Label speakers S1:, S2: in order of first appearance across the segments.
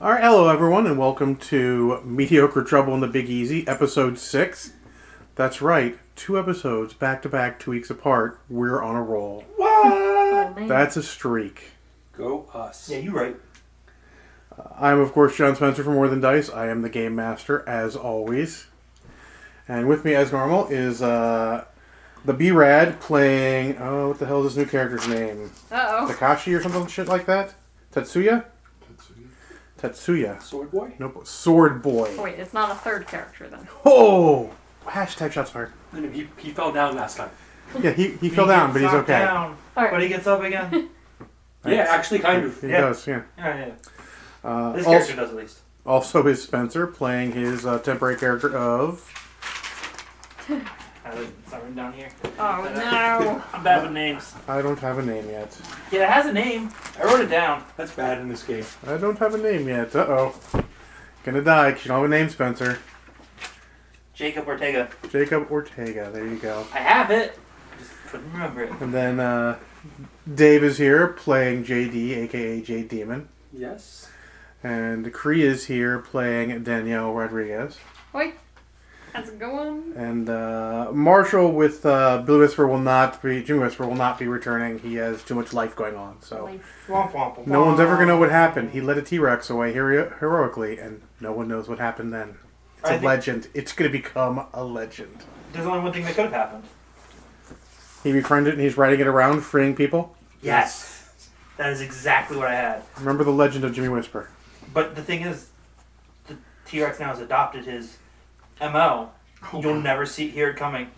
S1: All right, hello everyone, and welcome to Mediocre Trouble in the Big Easy, episode six. That's right, two episodes back to back, two weeks apart. We're on a roll.
S2: What?
S1: That's a streak.
S2: Go us. Yeah, you're right.
S1: I'm of course John Spencer from More Than Dice. I am the game master, as always. And with me, as normal, is uh, the B Rad playing. Oh, what the hell is this new character's name?
S3: Uh
S1: Takashi or something shit like that. Tetsuya. Tetsuya.
S2: Sword boy?
S1: Nope. Sword Boy.
S3: oh. Wait, it's not a third character then.
S1: Oh! Hashtag shots fired.
S2: No, no, he, he fell down last time.
S1: Yeah, he, he fell down, but he's okay.
S3: Alright.
S4: But he gets up again.
S2: Yeah, actually, kind of.
S1: He
S4: Yeah.
S1: does, yeah.
S4: yeah, yeah.
S1: Uh,
S4: This
S1: also,
S4: character does at least.
S1: also is Spencer playing his uh, temporary character of
S4: I have it somewhere down here.
S3: Oh no.
S4: I'm bad with names.
S1: I don't have a name yet.
S4: Yeah, it has a name. I wrote it down.
S2: That's bad in this game.
S1: I don't have a name yet. Uh oh. Gonna die 'cause you don't have a name, Spencer.
S4: Jacob Ortega.
S1: Jacob Ortega. There you go.
S4: I have it. Just couldn't remember it.
S1: And then uh, Dave is here playing JD, aka J Demon.
S2: Yes.
S1: And Cree is here playing Danielle Rodriguez.
S3: Wait. How's it going?
S1: And uh, Marshall with uh, Blue Whisper will not be Jimmy Whisper will not be returning. He has too much life going on, so
S3: Like,
S4: Womp womp.
S1: no one's ever gonna know what happened. He led a T Rex away hero- heroically, and no one knows what happened then. It's
S4: I
S1: a
S4: think-
S1: legend. It's gonna become a legend.
S4: There's only one thing that could have happened.
S1: He befriended and he's riding it around, freeing people.
S4: Yes. That is exactly what I had.
S1: Remember the legend of Jimmy Whisper.
S4: But the thing is, the T Rex now has adopted his MO.
S1: Oh,
S4: You'll never see hear it coming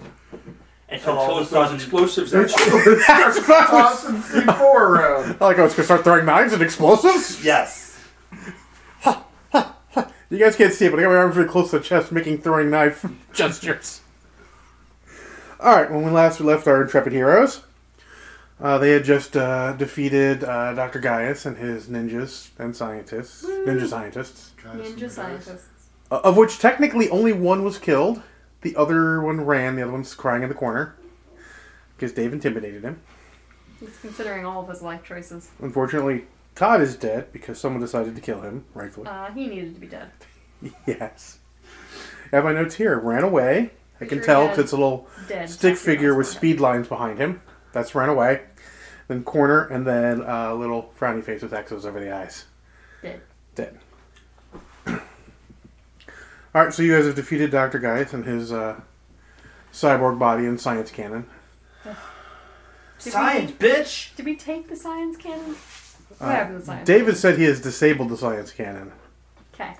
S4: until all of
S2: those
S4: a sudden.
S2: explosives
S1: That's
S2: actually.
S1: awesome.
S5: C4 round.
S1: Like I was gonna start throwing knives and explosives.
S4: Yes.
S1: You guys can't see it, but I got my arms really close to the chest, making throwing knife gestures. All right, when we last left our intrepid heroes, uh, they had just uh, defeated uh, Dr. Gaius and his ninjas and scientists, ninja scientists,
S3: ninja scientists.
S1: uh, of which technically only one was killed. The other one ran, the other one's crying in the corner because Dave intimidated him.
S3: He's considering all of his life choices.
S1: Unfortunately, Todd is dead because someone decided to kill him, rightfully.
S3: Uh, he needed to be dead. Oh.
S1: Yes. I have my notes here. Ran away. I can
S3: Sure
S1: tell
S3: did.
S1: because it's a little
S3: Dead.
S1: stick
S3: That's the
S1: figure with
S3: last one.
S1: speed lines behind him. That's ran away. Then corner, and then a little frowny face with X's over the eyes.
S3: Dead.
S1: Dead. All right, so you guys have defeated Doctor Gaius and his uh, cyborg body and science cannon.
S3: Did
S4: Science, bitch!
S3: Did we take the science cannon?
S1: Uh,
S3: What happened to the science?
S1: David said he has disabled the science cannon.
S3: Okay.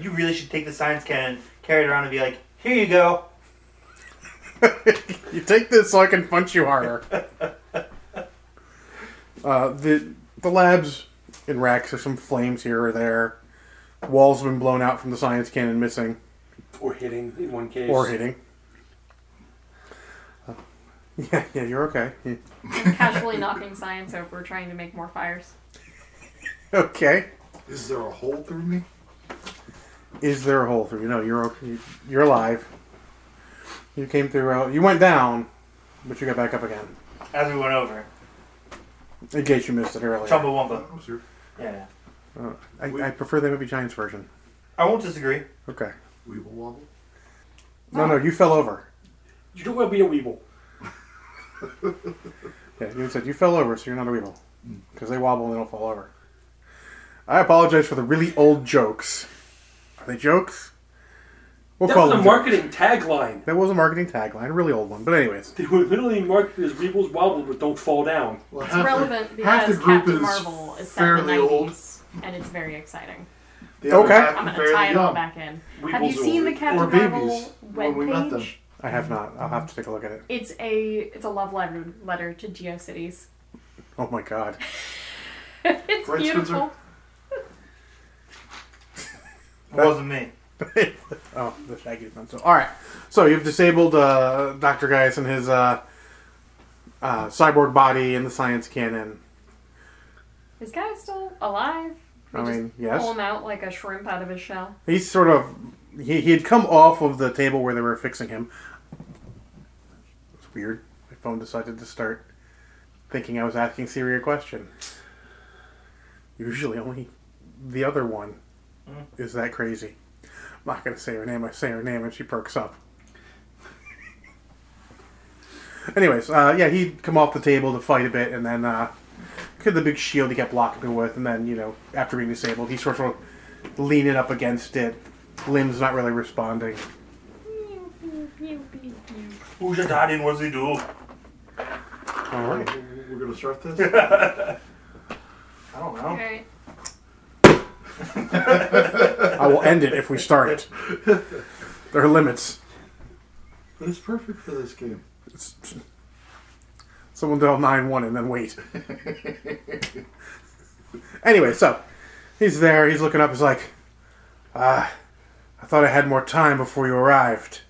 S4: You really should take the science cannon, carry it around, and be like, "Here you go."
S1: you take this so I can punch you harder. uh, the the labs in racks. There's some flames here or there. Walls have been blown out from the science cannon missing
S2: Or hitting in one case.
S1: or hitting. Uh, yeah, yeah, you're okay. Yeah.
S3: I'm casually knocking science over, trying to make more fires.
S1: Okay.
S5: Is there a hole through me?
S1: Is there a hole through? you? No, you're okay. You're alive. You came through. Uh, you went down, but you got back up again.
S4: As we went over,
S1: In case you missed it
S4: Oh,
S1: earlier.
S4: Chumbawamba.
S5: That was your-
S4: Yeah,
S1: I, I prefer the movie Giants version.
S4: I won't disagree.
S1: Okay.
S5: Weeble wobble.
S1: No, no, you fell over.
S2: You don't want to be a weeble.
S1: Yeah, you said you fell over, so you're not a weevil.
S2: Mm.
S1: Because they wobble and they don't fall over. I apologize for the really old jokes. Are they jokes? We'll
S2: That
S1: call
S2: was a
S1: them
S2: marketing tagline.
S1: jokes. That was a marketing tagline, a really old one. But anyways,
S2: They were literally marketed as weebles wobbled but don't fall down.
S5: Well,
S3: It's
S5: half the-
S3: relevant
S5: half the
S3: because
S5: group
S3: Captain
S5: is
S3: Marvel is set in the
S5: fairly
S3: 90s,
S5: old.
S3: and it's very exciting.
S5: The other
S1: Okay.
S5: half
S3: I'm
S5: are
S3: gonna
S5: fairly
S3: tie it all
S5: young.
S3: back in.
S2: Weebles
S3: Have you
S2: are
S3: seen the
S2: old.
S3: Captain
S5: babies
S3: Marvel
S5: when we met them.
S3: webpage?
S1: I have not. I'll have to take a look at it.
S3: It's a it's a love letter letter to GeoCities.
S1: Oh my god.
S3: it's
S5: Right,
S3: beautiful.
S5: Spencer?
S4: It wasn't me.
S1: oh, the shaggy pencil. All right. So you've disabled uh, Doctor Gaius and his uh, uh, cyborg body in the science cannon.
S3: Is guy still alive?
S1: I
S3: We just
S1: mean, yes.
S3: Pull him out like a shrimp out of his shell.
S1: He's sort of he he had come off of the table where they were fixing him. It's weird. My phone decided to start thinking I was asking Siri a question. Usually only the other one
S4: Mm.
S1: is that crazy. I'm not going to say her name. I say her name and she perks up. Anyways, uh, yeah, he'd come off the table to fight a bit and then uh, get the big shield he kept blocking me with. And then, you know, after being disabled, he's sort of leaning up against it. Limbs not really responding. Oh.
S4: Who's your daddy and what does he do?
S1: All right.
S5: We're gonna start this. All
S4: I don't know.
S3: Alright.
S1: I will end it if we start it. There are limits.
S5: But it's perfect for this game.
S1: It's, someone dial 9 1 and then wait. anyway, so he's there, he's looking up, he's like, ah, I thought I had more time before you arrived.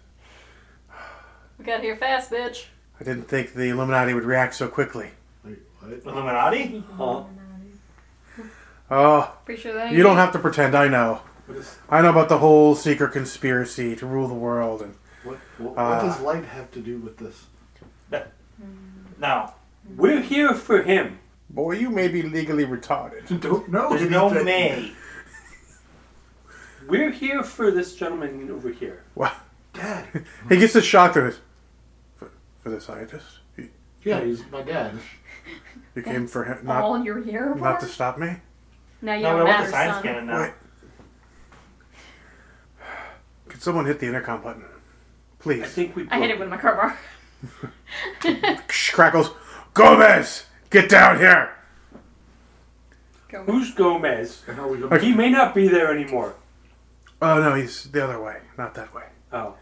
S3: We got here fast, bitch.
S1: I didn't think the Illuminati would react so quickly.
S5: Wait, what?
S3: Uh-huh.
S4: Illuminati?
S2: Huh?
S1: Oh,
S3: Pretty sure that ain't
S1: you don't
S3: it.
S1: have to pretend I know.
S5: What, is,
S1: I know about the whole secret conspiracy to rule the world and
S5: what, what,
S1: Ah.
S4: Uh,
S5: what does light have to do with this?
S4: No.
S2: We're here for him.
S1: boy, you may be legally retarded.
S5: Don't know.
S4: There's no
S5: anything.
S4: May.
S2: We're here for this gentleman over here.
S1: Well,
S5: Dad.
S1: he gets a shock for this. For, for the scientist? You,
S5: Yeah, he's my dad.
S1: you came for him, not
S3: all you're here for?
S1: Not to stop me?
S3: Now you
S4: No,
S3: don't
S4: we want
S3: matter,
S4: the science
S3: son.
S4: canon now.
S1: Wait. Could someone hit the intercom button?
S2: I
S1: Please.
S2: think we.
S3: I hit it with my crowbar.
S1: Ksh, Crackles. Gomez! Get down here!
S3: Go with-
S2: Who's Gomez?
S5: And how are we gonna?
S1: Okay.
S2: He may not be there anymore.
S1: Oh, no, he's the other way, not that way.
S2: Oh,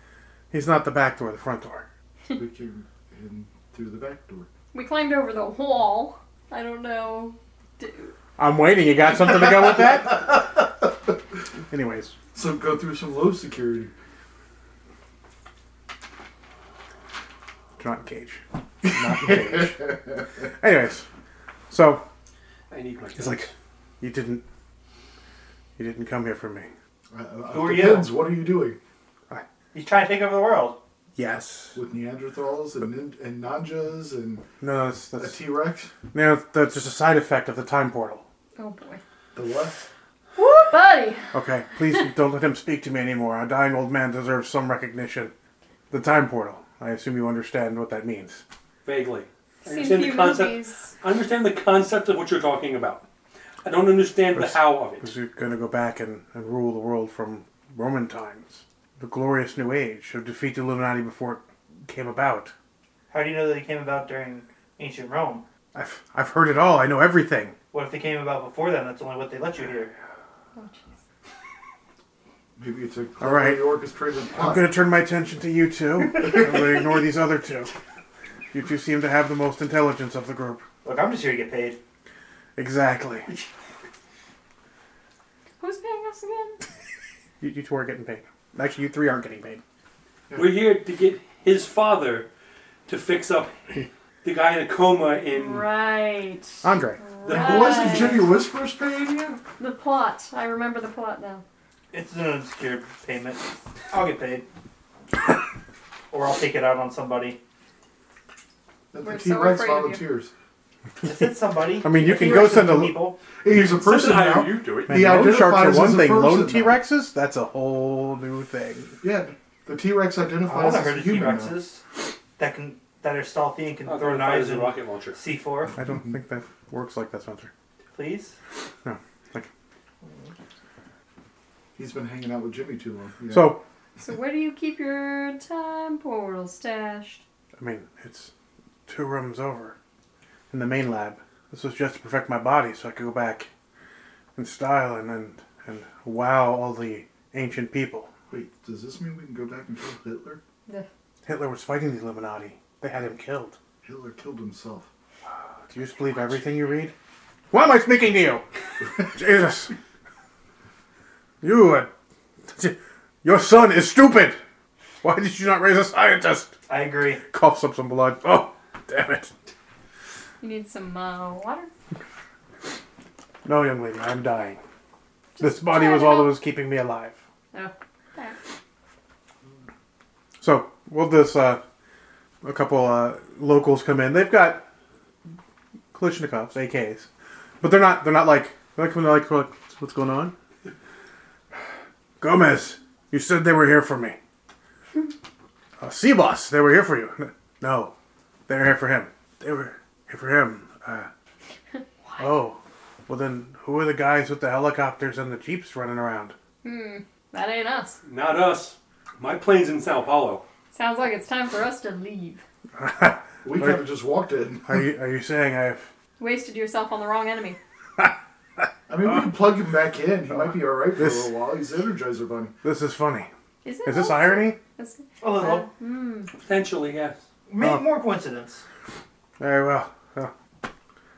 S1: He's not the back door, the front door.
S5: We came in through the back door.
S3: We climbed over the wall. I don't know. D-
S1: I'm waiting. You got something to go with that? Anyways,
S5: So go through some low security.
S1: not in cage. Not in cage. Anyways, so
S2: I need my.
S1: he's like, you didn't, you didn't come here for me.
S5: Uh, uh,
S4: Who are
S5: depends, What are you doing
S4: He's trying to take over the world.
S1: Yes.
S5: with Neanderthals and nin- and Nanjas and
S1: No, that's,
S5: a
S1: that's,
S5: T Rex?
S1: no, that's just a side effect of the time portal.
S3: Oh boy.
S5: The what?
S3: Woo, buddy!
S1: Okay, please don't let him speak to me anymore. A dying old man deserves some recognition. The time portal. I assume you understand what that means.
S2: Vaguely. I
S3: Seen
S2: understand
S3: few
S2: the concept.
S3: movies.
S2: I understand the concept of what you're talking about. I don't understand the how of it.
S1: Because you're going to go back and, and rule the world from Roman times. The glorious new age. Or defeat the Illuminati before it came about.
S4: How do you know that it came about during ancient Rome?
S1: I've, I've heard it all. I know everything.
S4: What if they came about before then? That's only what they let you hear.
S3: Oh jeez.
S5: Maybe it's a
S1: All right.
S5: cleverly orchestrated
S1: I'm
S5: plot.
S1: going to turn my attention to you two. I'm going to ignore these other two. You two seem to have the most intelligence of the group.
S4: Look, I'm just here to get paid.
S1: Exactly.
S3: Who's paying us again?
S1: You, you two are getting paid. Actually, you three aren't getting paid.
S2: We're here to get his father to fix up the guy in a coma in.
S3: Right.
S1: Andre.
S5: But Wasn't
S3: Right.
S5: Jimmy Whispers paying you?
S3: The plot. I remember the plot now.
S4: It's an unsecured payment. I'll get paid. or I'll take it out on somebody.
S5: That
S3: We're
S5: the
S3: so
S5: T Rex
S3: afraid of you.
S5: volunteers.
S4: I said somebody.
S1: I mean, you
S4: If
S1: can
S4: you
S1: go
S4: were
S1: send a-
S4: some people.
S5: He's a person
S2: Something how
S5: now.
S2: you do it.
S1: Man,
S5: He
S1: loan
S5: identifies
S1: sharks are
S5: as
S1: one
S5: a
S1: thing. Lone T
S5: person, though.
S1: Rexes? That's a whole new thing.
S5: Yeah, the T Rex
S4: I want
S5: identifies
S4: to
S5: as
S4: hurt
S5: a
S4: the T
S5: human. now.
S4: Rexes that can that are stealthy and can
S2: I'll
S4: throw
S2: throw knives
S4: knives
S2: and
S4: and
S2: rocket launcher.
S4: C4.
S1: I don't think that works like that, Spencer.
S4: Please.
S5: He's been hanging out with Jimmy too long. Yeah.
S1: So,
S3: So where do you keep your time portal stashed?
S1: I mean, it's two rooms over in the main lab. This was just to perfect my body so I could go back in style and, and, and wow all the ancient people.
S5: wait, does this mean we can go back and kill Hitler?
S1: Hitler was fighting the Illuminati, they had him killed.
S5: Hitler killed himself.
S1: Do you just believe everything you read? Why am I speaking to you? Jesus. You, uh, your son is stupid. Why did you not raise a scientist?
S4: I agree.
S1: Coughs up some blood. Oh, damn it.
S3: You need some uh, water?
S1: No, young lady, I'm dying. This body
S3: try
S1: was
S3: it
S1: all that
S3: out.
S1: was keeping me alive.
S3: Oh. There.
S1: So, will this, uh, a couple, uh, locals come in? They've got Kalishnikovs, AKs. But they're not, they're not like, they're not coming like, like What's going on? Gomez, you said they were here for me. Uh, boss they were here for you. No, they were here for him. They were here for him. Uh, oh, well then, who are the guys with the helicopters and the jeeps running around?
S3: That ain't us.
S2: Not us. My plane's in Sao Paulo.
S3: Sounds like it's time for us to leave.
S5: We kind of just walked in.
S1: Are you are you saying I've?
S3: Wasted yourself on the wrong enemy.
S5: I mean, we can plug him back in. He might be all right for
S1: Uh, This-
S5: a little while. He's the Energizer Bunny.
S1: This is funny.
S3: Is, it
S1: Is this
S3: us?
S1: irony?
S3: Is-
S4: A little.
S2: Potentially, yes.
S4: Maybe
S1: Oh.
S4: more coincidence.
S1: Very well. Oh.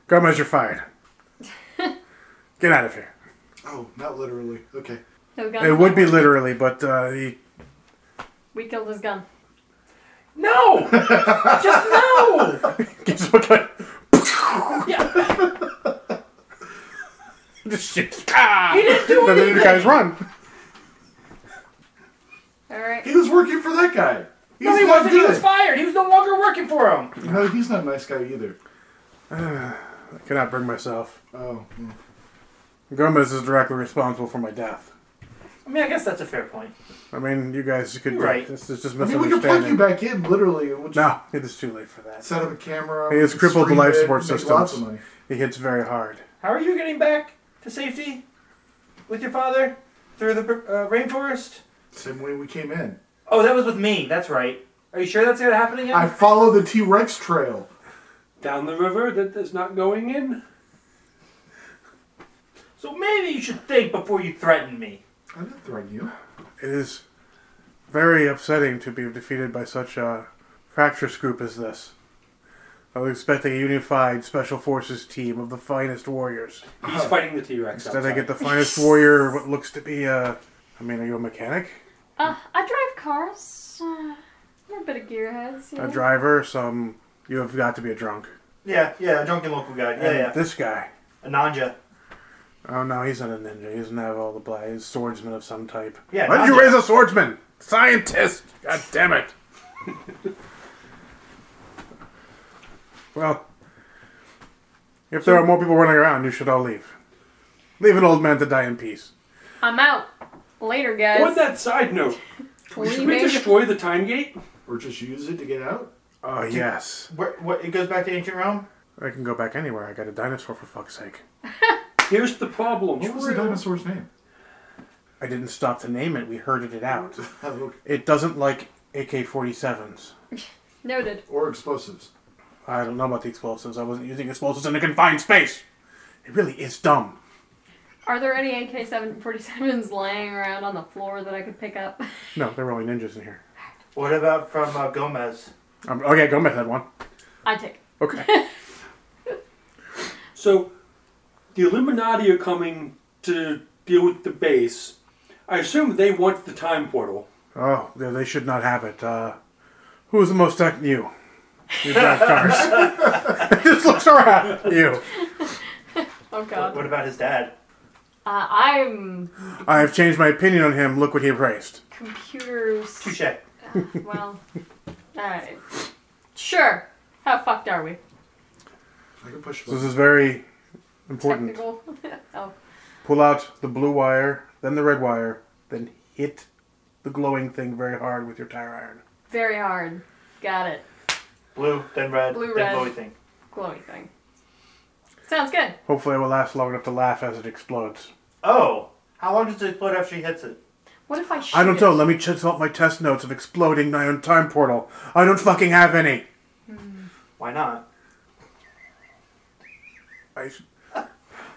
S1: Gomez, you're fired. Get out of here.
S5: Oh, not literally. Okay.
S3: no gun.
S1: It would be literally, but uh, he
S3: We killed his gun.
S2: No! Just no!
S1: gets what kind
S2: Yeah,
S1: just shoots. Ah!
S2: he didn't do
S1: Then the
S2: anything.
S1: other guys run.
S3: All right.
S5: He was working for that guy. He's
S4: No, he
S5: not
S4: wasn't. He
S5: good.
S4: was fired. He was no longer working for him.
S5: No, he's not a nice guy either.
S1: I cannot bring myself.
S5: Oh, mm.
S1: Gomez is directly responsible for my death.
S4: I mean, I guess that's a fair point.
S1: I mean, you guys could.
S4: You're right.
S1: This is just
S5: I mean, we can plug you
S1: misunderstanding.
S5: back in literally. We'll just
S1: no, it is too late for that.
S5: set up a camera.
S1: He has
S5: we can
S1: crippled the
S5: stream
S1: life
S5: it,
S1: support
S5: make Lots of
S1: systems.
S5: money.
S1: He hits very hard.
S4: How are you getting back to safety with your father through the uh, rainforest?
S5: Same way we came in.
S4: Oh, that was with me. That's right. Are you sure that's gonna happen again?
S5: I follow the T Rex trail.
S2: Down the river that is not going in.
S4: So maybe you should think before you threaten me.
S5: I didn't threaten you.
S1: It is very upsetting to be defeated by such a fractious group as this. I was expecting a unified special forces team of the finest warriors.
S2: He's fighting the T Rex.
S1: Instead, I get the finest warrior, what looks to be a. I mean, are you a mechanic?
S3: Uh, I drive cars. Uh, I'm a bit of gearheads. You know?
S1: A driver? Some. You have got to be a drunk.
S4: Yeah, yeah, a drunken local guy.
S1: And This guy.
S4: A Nanja.
S1: Oh no, he's not a ninja. He doesn't have all the bla He's a swordsman of some type.
S4: Yeah,
S1: Why did you
S4: ninja.
S1: raise a swordsman? Scientist! God damn it! well, if there are more people running around, you should all leave. Leave an old man to die in peace.
S3: I'm out. Later, guys.
S2: On that side note, should we
S3: Leaving.
S2: destroy the time gate?
S5: Or just use it to get out.
S1: Oh yes,
S4: What, what, it goes back to ancient Rome?
S1: I can go back anywhere. I got a dinosaur for fuck's sake.
S2: Here's the problem.
S5: What was the dinosaur's name?
S1: I didn't stop to name it. We herded it out.
S5: Oh,
S1: It doesn't like AK-47s.
S3: Noted.
S5: Or explosives.
S1: I don't know about the explosives. I wasn't using explosives in a confined space. It really is dumb.
S3: Are there any AK 47s lying around on the floor that I could pick up?
S1: No, they're only ninjas in here.
S4: What about from uh, Gomez?
S1: Um, okay, Gomez had one.
S3: I take it.
S1: Okay.
S2: So, the Illuminati are coming to deal with the base. I assume they want the time portal.
S1: oh, they, they should not have it. Uh, who's the most tech? You. You drive cars. Just looks around. You.
S3: Oh, God. Uh,
S4: What about his dad?
S3: I'm
S1: I have changed my opinion on him. Look what he erased.
S3: computers.
S4: Touche.
S3: Well, alright. Sure. How fucked are we?
S5: I can push
S1: So this
S5: buttons.
S1: is very important.
S3: Technical? oh.
S1: Pull out the blue wire, then the red wire, then hit the glowing thing very hard with your tire iron.
S3: Very hard. Got it.
S4: Blue, then red,
S3: Blue,
S4: then
S3: red.
S4: glowy thing.
S3: Glowy thing. Sounds good.
S1: Hopefully, it will last long enough to laugh as it explodes.
S4: Oh, how long does it explode after she hits it?
S3: What if I shoot
S1: I don't
S3: it?
S1: know. Let me consult my test notes of exploding my own time portal. I don't fucking have any.
S4: Why not?
S1: I,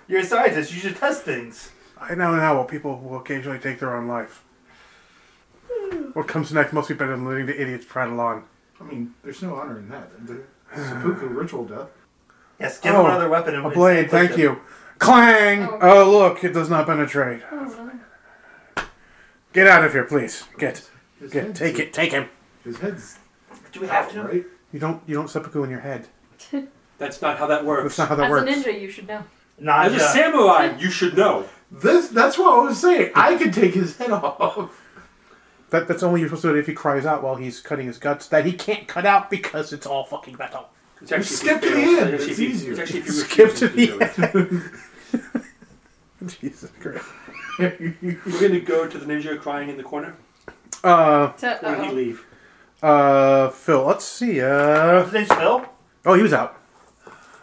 S4: You're a scientist. You should test things.
S1: I know now what people will occasionally take their own life. What comes next must be better than letting the idiots prattle on.
S5: I mean, there's no honor in that. The seppuku ritual death.
S4: Yes, give
S1: Oh,
S4: him another weapon. and
S1: A
S4: it's-
S1: blade,
S4: it's
S1: thank
S4: good.
S1: you. Clang!
S3: Oh.
S1: Oh, look, it does not penetrate. Get out of here, please. Get,
S5: His
S1: get,
S5: head's-
S1: take it, take him.
S5: His head's
S4: Do we have to?
S5: right.
S1: You don't, you don't seppuku in your head.
S2: That's not how that works.
S1: That's not how that
S3: As
S1: works.
S3: a ninja, you should know.
S4: Nah,
S2: As a
S4: yeah.
S2: samurai, you should know.
S5: This, that's what I was saying. I could take his head off.
S1: That, that's only you're supposed to do it if he cries out while he's cutting his guts. That he can't cut out because it's all fucking metal.
S2: It's actually
S5: skip
S2: if you
S5: to the
S2: fail.
S5: end,
S2: It's actually
S5: it's
S2: if you-
S5: easier.
S2: It's actually if you
S1: Skip
S2: refuse
S1: to
S2: do
S1: the
S2: it.
S1: Jesus Christ.
S2: We're gonna go to the ninja crying in the corner.
S1: Uh,
S3: To,
S2: Or did he
S3: oh,
S2: leave?
S1: uh, Phil, let's see. Uh,
S4: His name's Phil?
S1: oh, he was out.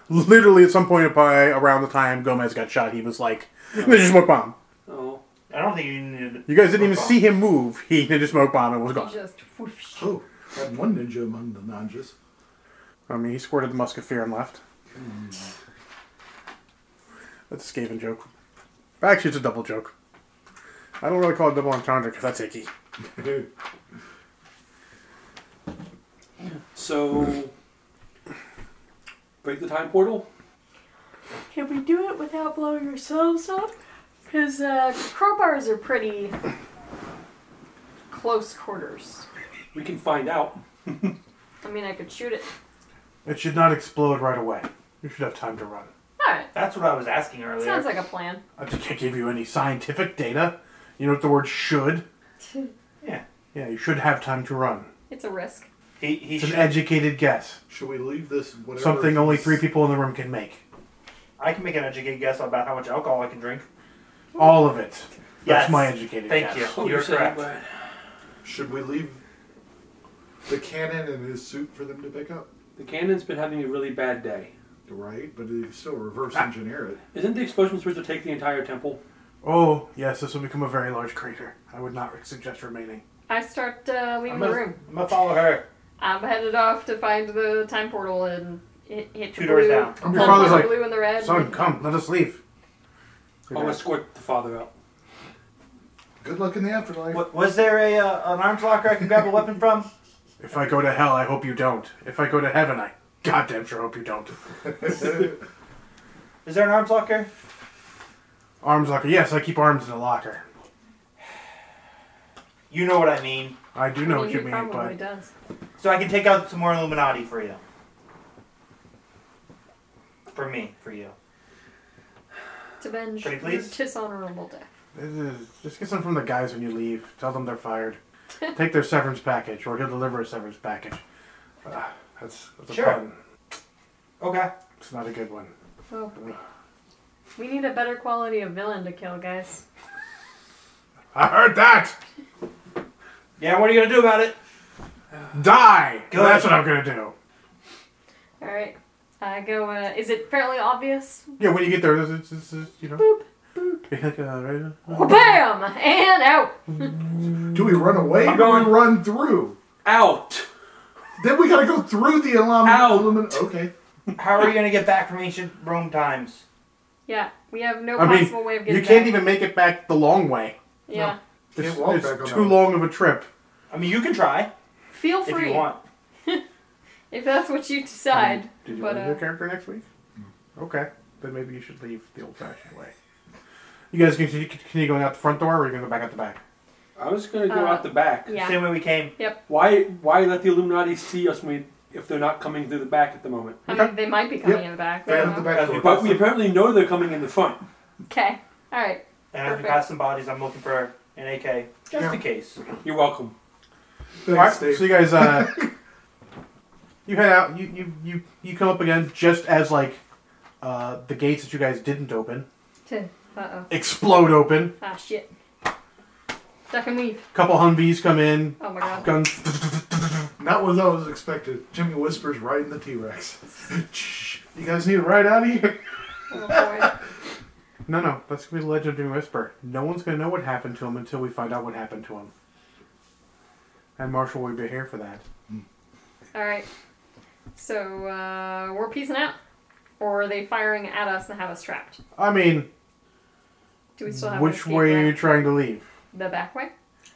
S1: Literally, at some point by around the time Gomez got shot, he was like, "Ninja smoke bomb."
S2: Oh,
S4: I don't think you needed
S1: You guys didn't even see him move. He ninja smoke bomb and was
S3: he
S1: gone.
S3: just whoosh.
S5: Oh, had one ninja among the ninjas.
S1: I mean, he squirted the musk of fear and left. That's a scaven joke. Actually, it's a double joke. I don't really call it double entendre because that's icky.
S2: so break the time portal.
S3: Can we do it without blowing ourselves up? Because uh, crowbars are pretty close quarters.
S2: We can find out.
S3: I mean, I could shoot it.
S1: It should not explode right away. You should have time to run.
S3: All right.
S4: That's what I was asking earlier.
S3: Sounds like a plan.
S1: I just can't give you any scientific data. You know what the word should?
S4: yeah.
S1: Yeah, you should have time to run.
S3: It's a risk.
S4: He, he
S1: It's an
S4: should.
S1: educated guess.
S5: Should we leave this? Whatever
S1: Something only three people in the room can make.
S4: I can make an educated guess about how much alcohol I can drink.
S1: All of it. That's
S4: Yes.
S1: my educated
S4: Thank
S1: guess.
S4: you. Oh, You're
S2: saying
S4: correct.
S2: that.
S5: Should we leave the cannon in his suit for them to pick up?
S2: The cannon's been having a really bad day.
S5: Right, but you still reverse
S2: Ah.
S5: engineer it.
S2: Isn't the explosion supposed to take the entire temple?
S1: Oh, yes, this will become a very large crater. I would not suggest remaining.
S3: I start uh, leaving
S4: I'm
S3: the
S4: gonna,
S3: room.
S4: I'm gonna follow her.
S3: I'm headed off to find the time portal and hit, hit
S4: Two
S3: the
S4: doors
S3: blue.
S4: down.
S1: Your
S3: Time
S1: father's
S3: portal,
S1: like,
S3: blue and the red.
S1: Son, come, let us leave.
S4: Oh,
S2: I'll escort the father out.
S5: Good luck in the afterlife.
S4: Wa- was there a uh, an arms locker I can grab a weapon from?
S1: If I go to hell, I hope you don't. If I go to heaven, I goddamn sure hope you don't.
S4: Is there an arms locker?
S1: Arms locker. Yes, I keep arms in a locker.
S4: You know what I mean.
S1: I do
S3: I
S1: know
S3: mean,
S1: what
S3: he
S1: you mean,
S3: probably
S1: but
S3: does.
S4: So I can take out some more Illuminati for you. For me, for you.
S3: To avenge
S4: Pretty
S3: your
S4: please?
S3: dishonorable death.
S1: This is- just get some from the guys when you leave. Tell them they're fired. Take their severance package, or he'll deliver a severance package. Ah, that's that's a
S4: Sure.
S1: pun.
S4: Okay.
S1: It's not a good one.
S3: Oh boy. We need a better quality of villain to kill, guys.
S1: I heard that.
S4: Yeah, what are you gonna do about it?
S1: Die.
S4: Good.
S1: That's what I'm gonna do.
S3: All right. I go. Uh, is it fairly obvious?
S1: Yeah, when you get there, it's, it's, it's, it's, you know.
S3: Boop, boop.
S1: Be like, uh, right, uh,
S3: Bam! And out.
S5: Do we run away?
S2: I'm
S5: or do we
S2: going-
S5: run through?
S2: Out.
S5: Then we gotta go through the
S2: Ow.
S5: Illuminati. Okay.
S4: How are you gonna get back from ancient Rome times?
S3: Yeah, we have no
S1: I mean,
S3: possible way of getting.
S1: you can't
S3: back.
S1: even make it back the long way.
S3: Yeah.
S5: Can't
S1: It's,
S5: walk
S1: it's
S5: back on
S1: too
S5: that.
S1: long of a trip.
S4: I mean, you can try
S3: Feel
S4: if
S3: free
S4: you want.
S3: if that's what you decide.
S1: Did you
S3: but
S1: want to do
S3: uh,
S1: a character next week? Hmm. Okay, then maybe you should leave the old-fashioned way. You guys continue, continue going out the front door, or are you gonna go back out the back?
S2: I was gonna go
S3: Uh,
S2: out the back.
S3: yeah.
S4: Same way we came.
S2: Why? Why let the Illuminati see us when, if they're not coming through the back at the moment?
S3: I mean, they might be coming in the back. we
S5: Right
S3: don't
S5: out the
S3: know.
S5: back door.
S2: But we apparently know they're coming in the front.
S3: Okay. All right.
S4: And as we
S3: Perfect.
S4: pass some bodies, I'm looking for an AK just
S5: Yeah.
S4: in case.
S2: You're welcome.
S1: All
S5: Thanks,
S1: right, so
S5: Dave.
S1: you guys, uh, you head out. You, you you you come up again just as like uh, the gates that you guys didn't open
S3: Uh oh.
S1: explode open.
S3: Ah shit. Duck and weave.
S1: couple Humvees come in.
S3: Oh my god.
S1: Guns.
S5: Not what I was expected. Jimmy whispers right in the T Rex. you guys need a ride out of here?
S3: Oh boy.
S1: No, no, that's gonna be the legendary whisper. No one's gonna know what happened to him until we find out what happened to him. And Marshall will be here for that.
S3: All right. So uh, we're piecing out, or are they firing at us and have us trapped?
S1: I mean,
S3: Do we still have an
S1: Which
S3: escape
S1: way are you
S3: route?
S1: trying to leave?
S3: The back way?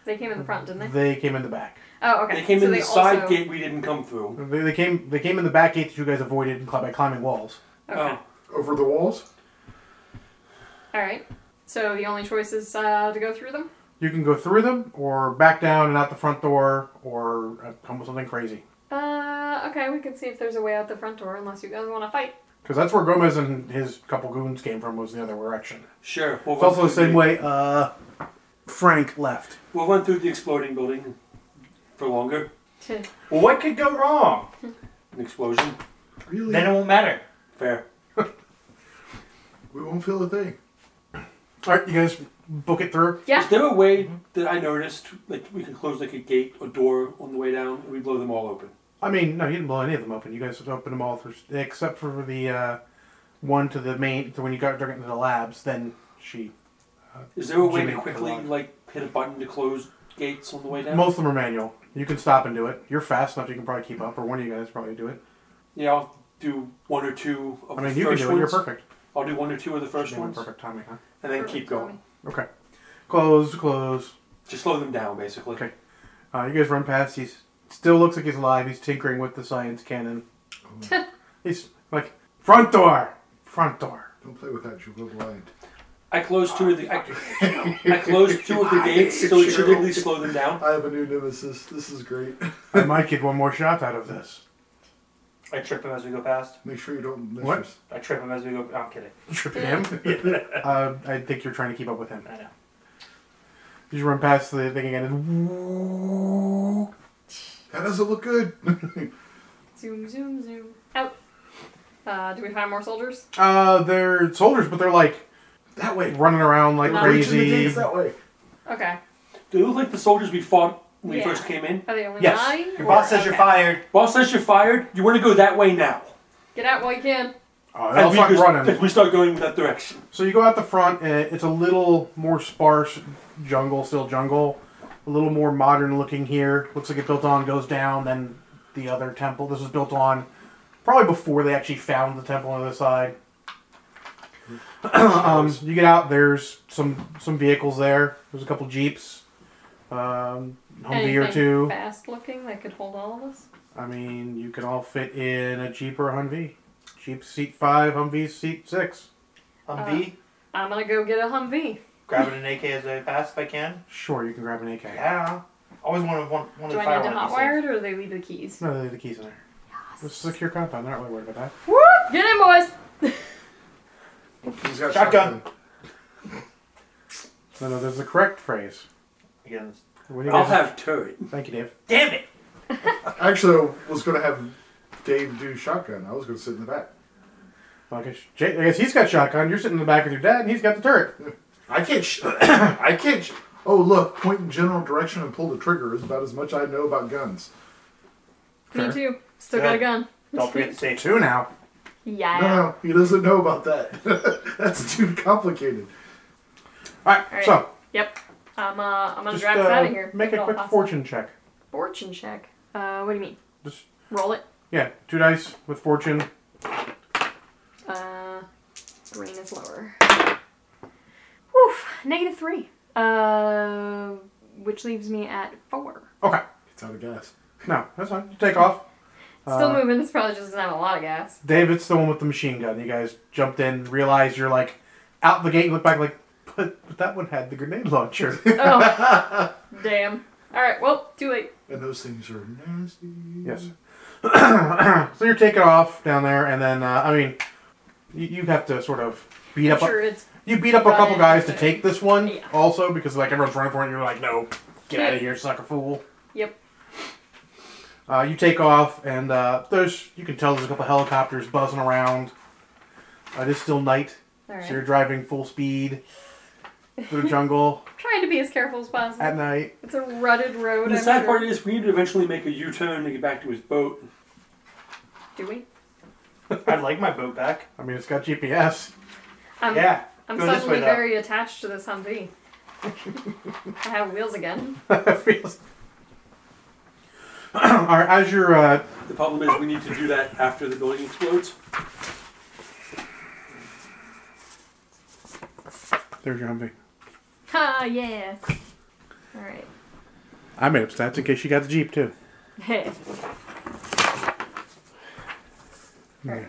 S3: They came in the front, didn't they?
S1: They came in the back.
S3: Oh, okay.
S2: They came
S3: so
S2: in
S3: they
S2: the side
S3: also...
S2: gate we didn't come through.
S1: They, they came. They came in the back gate that you guys avoided and cli- by climbing walls.
S3: Okay.
S2: Oh,
S5: Over the walls?
S3: All right. So the only choice is uh, to go through them.
S1: You can go through them, or back down and out the front door, or uh, come with something crazy.
S3: Uh, okay. We can see if there's a way out the front door, unless you guys want to fight.
S1: Because that's where Gomez and his couple goons came from. Was the other direction.
S2: sure. We'll
S1: It's
S2: run
S1: also the
S2: through
S1: same way. Uh, Frank left.
S2: We'll run through the exploding building for longer.
S3: Tch.
S4: Well, what could go wrong?
S2: An explosion.
S5: Really?
S4: Then it won't matter.
S2: Fair.
S5: we won't feel a thing.
S1: All right, you guys book it through.
S3: Yeah.
S2: Is there a way
S1: Mm-hmm.
S2: that I noticed, like we could close like a gate or door on the way down, and we blow them all open?
S1: I mean, no, he didn't blow any of them open. You guys opened them all through, except for the uh, one to the main. So when you got into the labs, then she.
S2: Is there a way
S1: Jimmy,
S2: to quickly
S1: come on.
S2: like hit a button to close gates on the way down?
S1: Most of them are manual. You can stop and do it. You're fast enough. You can probably keep up, or one of you guys probably do it.
S2: yeah, I'll do one or two of
S1: I
S2: the
S1: mean, you can
S2: first
S1: do it.
S2: ones.
S1: You're perfect.
S2: I'll do one or two of the first
S1: You're doing
S2: ones,
S1: Perfect timing, huh?
S2: and then
S3: Perfect
S2: keep going.
S3: timing.
S1: Okay. Close, close.
S2: Just slow them down, basically.
S1: Okay. Uh, you guys run past. He's still looks like he's alive. He's tinkering with the science cannon. he's like front door, front door.
S5: Don't play with that, you'll go blind.
S2: I closed two of the. I, I closed two of the gates, so it should at least slow them down.
S5: I have a new nemesis. This is great.
S1: I might get one more shot out of this.
S4: I trip him as we go past.
S5: Make sure you don't miss
S1: What?
S5: us.
S4: I trip him as we go. I'm kidding.
S1: Tripping him. uh, I think you're trying to keep up with him.
S4: I know.
S1: You just run past the thing again. And
S5: That doesn't look good.
S3: Zoom, zoom, zoom. Out. Uh, do we find more soldiers?
S1: uh, they're soldiers, but they're like
S5: that way.
S1: running around like
S3: They're
S5: Reaching the
S1: crazy.
S5: gates that way.
S3: Okay.
S2: Do they look like the soldiers we fought when
S3: Yeah.
S2: we first came in?
S3: Are they only
S1: Yes.
S3: nine?
S4: Your
S3: or-
S4: boss says you're
S3: okay.
S4: fired.
S2: Boss says you're fired. You want to go that way now.
S3: Get out while you can.
S1: Uh, they'll
S2: we
S1: start
S2: go-
S1: running.
S2: we start going in that direction.
S1: So you go out the front, and it's a little more sparse jungle, still jungle. A little more modern looking here. Looks like it built on, goes down, then the other temple. This was built on probably before they actually found the temple on the other side. um, you get out. There's some some vehicles there. There's a couple jeeps, um, Humvee or
S3: Anything
S1: two.
S3: Fast looking that could hold all of us.
S1: I mean, you can all fit in a jeep or a Humvee. Jeep seat five, Humvee seat six.
S3: Uh,
S4: Humvee.
S3: I'm gonna go get a Humvee.
S4: grabbing an AK as I pass if I can.
S1: Sure, you can grab an AK.
S4: Yeah. Always wanted one. one
S3: Do
S4: to
S3: I
S4: fire
S3: need to
S4: one of these
S3: hotwire it or do they leave the keys?
S1: No, they the keys in there. It's a secure compound. They're not really worried about
S3: Woo! Get in, boys!
S5: He's got a
S4: Shotgun.
S1: that. No, no, there's the correct phrase.
S4: things. Again,
S1: What do you
S2: I'll
S1: guys-
S2: have turret.
S1: Thank you, Dave.
S4: Damn it!
S5: Actually, I was going to have Dave do shotgun. I was going to sit in the back.
S1: Well, I guess, Jay, I guess he's got shotgun. You're sitting in the back with your dad, and he's got the turret.
S5: I can't. Sh- I can't. Sh- oh, look! Point in general direction and pull the trigger is about as much I know about guns.
S1: Fair.
S3: Me too. Still got a gun.
S4: Don't forget the safety.
S1: Two now.
S3: Yeah.
S5: No, no, he doesn't know about that. That's too complicated.
S1: All right,
S3: All right.
S1: so
S3: Yep. I'm, uh, I'm gonna
S1: just
S3: drag us
S1: uh,
S3: out of here.
S1: make
S3: If
S1: a
S3: at
S1: quick
S3: all possible.
S1: fortune check.
S3: Fortune check. Uh, what do you mean?
S1: Just
S3: Roll it.
S1: yeah, two dice with fortune.
S3: Uh, green is lower. Woof. Negative three. Uh, which leaves me at four.
S1: Okay,
S5: It's out of gas.
S1: no, that's fine. You take off.
S3: Still
S1: Uh,
S3: moving. This probably just doesn't have a lot of gas.
S1: David's the one with the machine gun. You guys jumped in, realized you're like out the gate, and look back like, but, but that one had the grenade launcher.
S3: Oh, damn. All right. Well, too late.
S5: And those things are nasty.
S1: Yes. so you're taking off down there, and then uh, I mean, you, you have to sort of beat
S3: I'm
S1: up.
S3: sure it's
S1: you beat up a couple
S3: Right.
S1: guys to take this one,
S3: Yeah.
S1: also because like everyone's running for it. and You're like, no, get out of here, sucker fool.
S3: yep.
S1: Uh, you take off, and uh, there's you can tell there's a couple helicopters buzzing around. Uh, it is still night,
S3: All
S1: so you're
S3: right.
S1: driving full speed through the jungle
S3: Trying to be as careful as possible.
S1: at night.
S3: It's a rutted road.
S2: the
S3: I'm
S2: sad
S3: sure.
S2: part is we need to eventually make a U-turn to get back to his boat.
S3: Do we?
S4: I'd like my boat back.
S1: I mean, it's got GPS.
S3: I'm,
S4: Yeah.
S3: I'm
S4: Go this
S3: suddenly
S4: way, though.
S3: very attached to this Humvee. I have wheels again.
S1: Feels- All right, as you're uh,
S2: The problem is we need to do that after the building explodes.
S1: there's your Humvee.
S3: Ha, yeah. All right.
S1: I made up stats in case you got the Jeep too.
S3: Hey. Alright.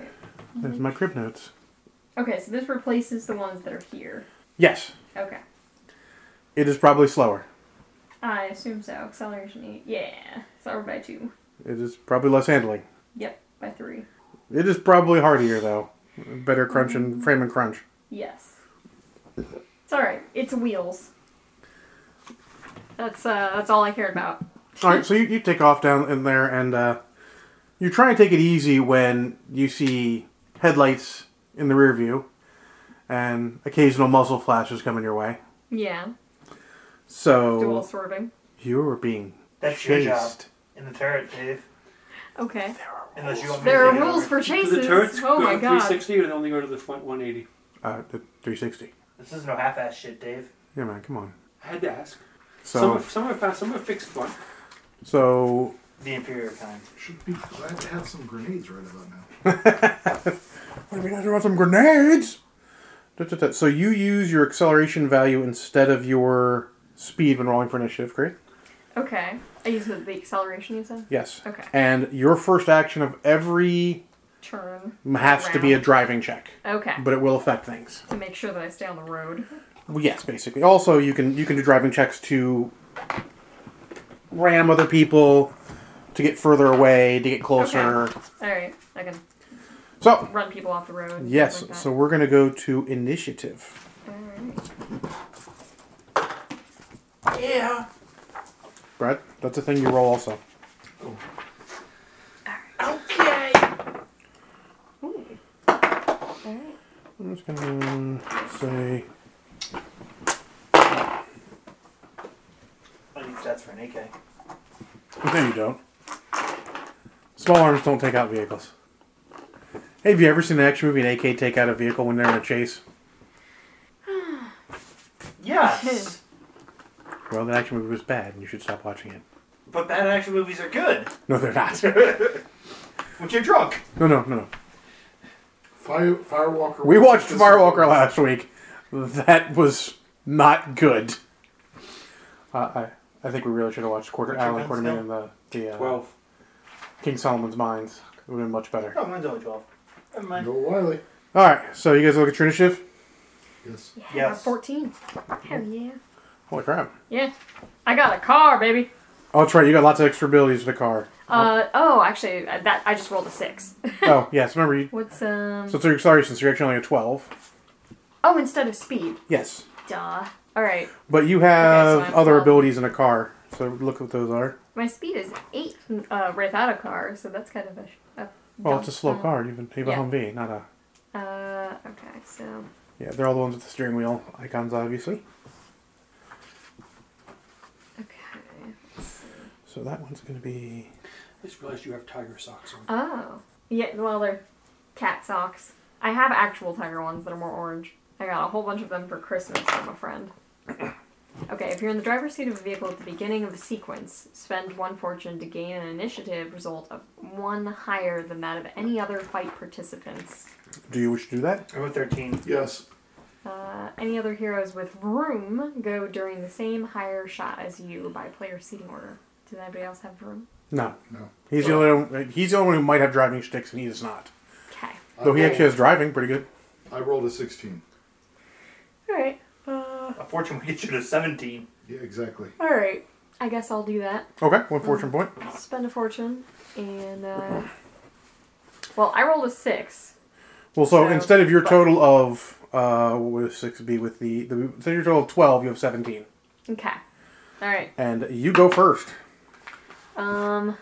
S1: There's my crib notes.
S3: Okay, so this replaces the ones that are here.
S1: Yes,
S3: Okay.
S1: it is probably slower.
S3: I assume so. Acceleration 8. Yeah. Slower by 2.
S1: It is probably less handling.
S3: Yep, by 3.
S1: It is probably hardier though. Better crunch and frame and crunch.
S3: Yes. It's alright. It's wheels. That's uh that's all I cared about.
S1: All right, so you, you take off down in there and uh, you try and take it easy when you see headlights in the rear view, and occasional muzzle flashes coming your way.
S3: Yeah. Do all
S1: So
S3: swerving.
S1: you were being
S4: That's your job
S1: chased.
S4: in the turret, Dave.
S3: Okay.
S4: Unless you want me
S3: There
S4: to
S3: are
S4: take it
S3: rules
S4: over.
S3: for
S2: Do
S3: chases.
S2: the turrets
S3: oh
S2: go
S3: my
S2: to
S3: god.
S2: 360 or do they only go to the front 180?
S1: Uh, the 360.
S4: This is no half-ass shit, Dave.
S1: Yeah, man, come on.
S2: I had to ask. some,
S1: So,
S2: are, some, are fast, some are fixed front.
S1: so
S4: The inferior kind.
S5: Should be glad to have some grenades right about now.
S1: What do you guys want some grenades? Da, da, da. So you use your acceleration value instead of your speed when rolling for initiative, correct?
S3: Okay. I use the, the acceleration you said?
S1: Yes.
S3: Okay.
S1: And your first action of every
S3: Turn.
S1: has to be a
S3: Round.
S1: driving check,
S3: Okay.
S1: but it will affect things.
S3: to make sure that I stay on the road.
S1: Well, yes, basically. Also, you can you can do driving checks to ram other people, to get further away, to get closer.
S3: Alright. I can
S1: So
S3: run people off the road.
S1: yes,
S3: stuff like that.
S1: so we're gonna go to initiative.
S3: Alright.
S4: Yeah.
S1: Brad, that's a thing you roll also.
S4: Okay.
S3: Ooh. Alright.
S1: I'm just gonna say
S4: I need stats for an AK.
S1: No, you don't. Small arms don't take out vehicles. Hey, have you ever seen an action movie an AK take out a vehicle when they're in a chase?
S4: Yes.
S1: Well, that action movie was bad, and you should stop watching it.
S4: but bad action movies are good.
S1: No, they're not.
S4: When you're drunk.
S1: No, no, no.
S5: Fire, Firewalker.
S1: We watched Firewalker last week. That was not good. Uh, I, I think we really should have watched Quarter
S4: Richard
S1: Alan Quarterman and
S4: Mansfield?
S1: the, the uh,
S2: 12.
S1: King Solomon's Mines. It would have been much better.
S4: Oh, mine's only 12. Never mind.
S5: No Wiley.
S1: All right, so you guys look at your initiative.
S5: Yes.
S3: Yeah,
S4: Yes.
S3: 14. Hell yeah.
S1: Holy crap.
S3: Yeah. I got a car, baby.
S1: Oh, that's right. You got lots of extra abilities for the car.
S3: Uh oh, actually I- that I just rolled a 6.
S1: oh, yes. Remember, you,
S3: What's um
S1: so it's your acceleration, so you're actually only a 12.
S3: Oh, instead of speed.
S1: Yes.
S3: Duh. Alright.
S1: But you have
S3: Okay, so I'm
S1: other
S3: twelve.
S1: abilities in a car. So look what those are.
S3: My speed is eight uh, without a car, so that's kind of a. sh- a
S1: Well,
S3: dump.
S1: it's a slow car. Even even
S3: yeah.
S1: Humvee, not a.
S3: Uh, okay, so
S1: Yeah, they're all the ones with the steering wheel icons, obviously.
S3: okay.
S1: So that one's going to be.
S2: I just realized you have tiger socks on.
S3: Oh, yeah. Well, they're cat socks. I have actual tiger ones that are more orange. I got a whole bunch of them for Christmas from a friend. Okay, if you're in the driver's seat of a vehicle at the beginning of a sequence, spend one fortune to gain an initiative result of one higher than that of any other fight participants.
S1: Do you wish to do that?
S4: I wrote 13.
S5: Yes.
S3: Uh, any other heroes with room go during the same higher shot as you by player seating order. Does anybody else have room?
S1: No.
S5: No.
S1: He's the only one, he's the only one who might have driving sticks, and he does not.
S3: Okay.
S1: Though he
S5: I
S1: actually has driving, pretty good.
S5: rolled- I rolled a 16.
S3: All right. Uh,
S4: A fortune would get you to 17.
S5: Yeah, exactly.
S3: all right. I guess I'll do that.
S1: Okay, one fortune point.
S3: Spend a fortune and. Uh, well, I rolled a six.
S1: Well, so,
S3: So-
S1: instead of your
S3: but-
S1: total of uh, what would six be with the the instead of your total of twelve, you have seventeen,
S3: Okay. All right.
S1: and you go first.
S3: Um,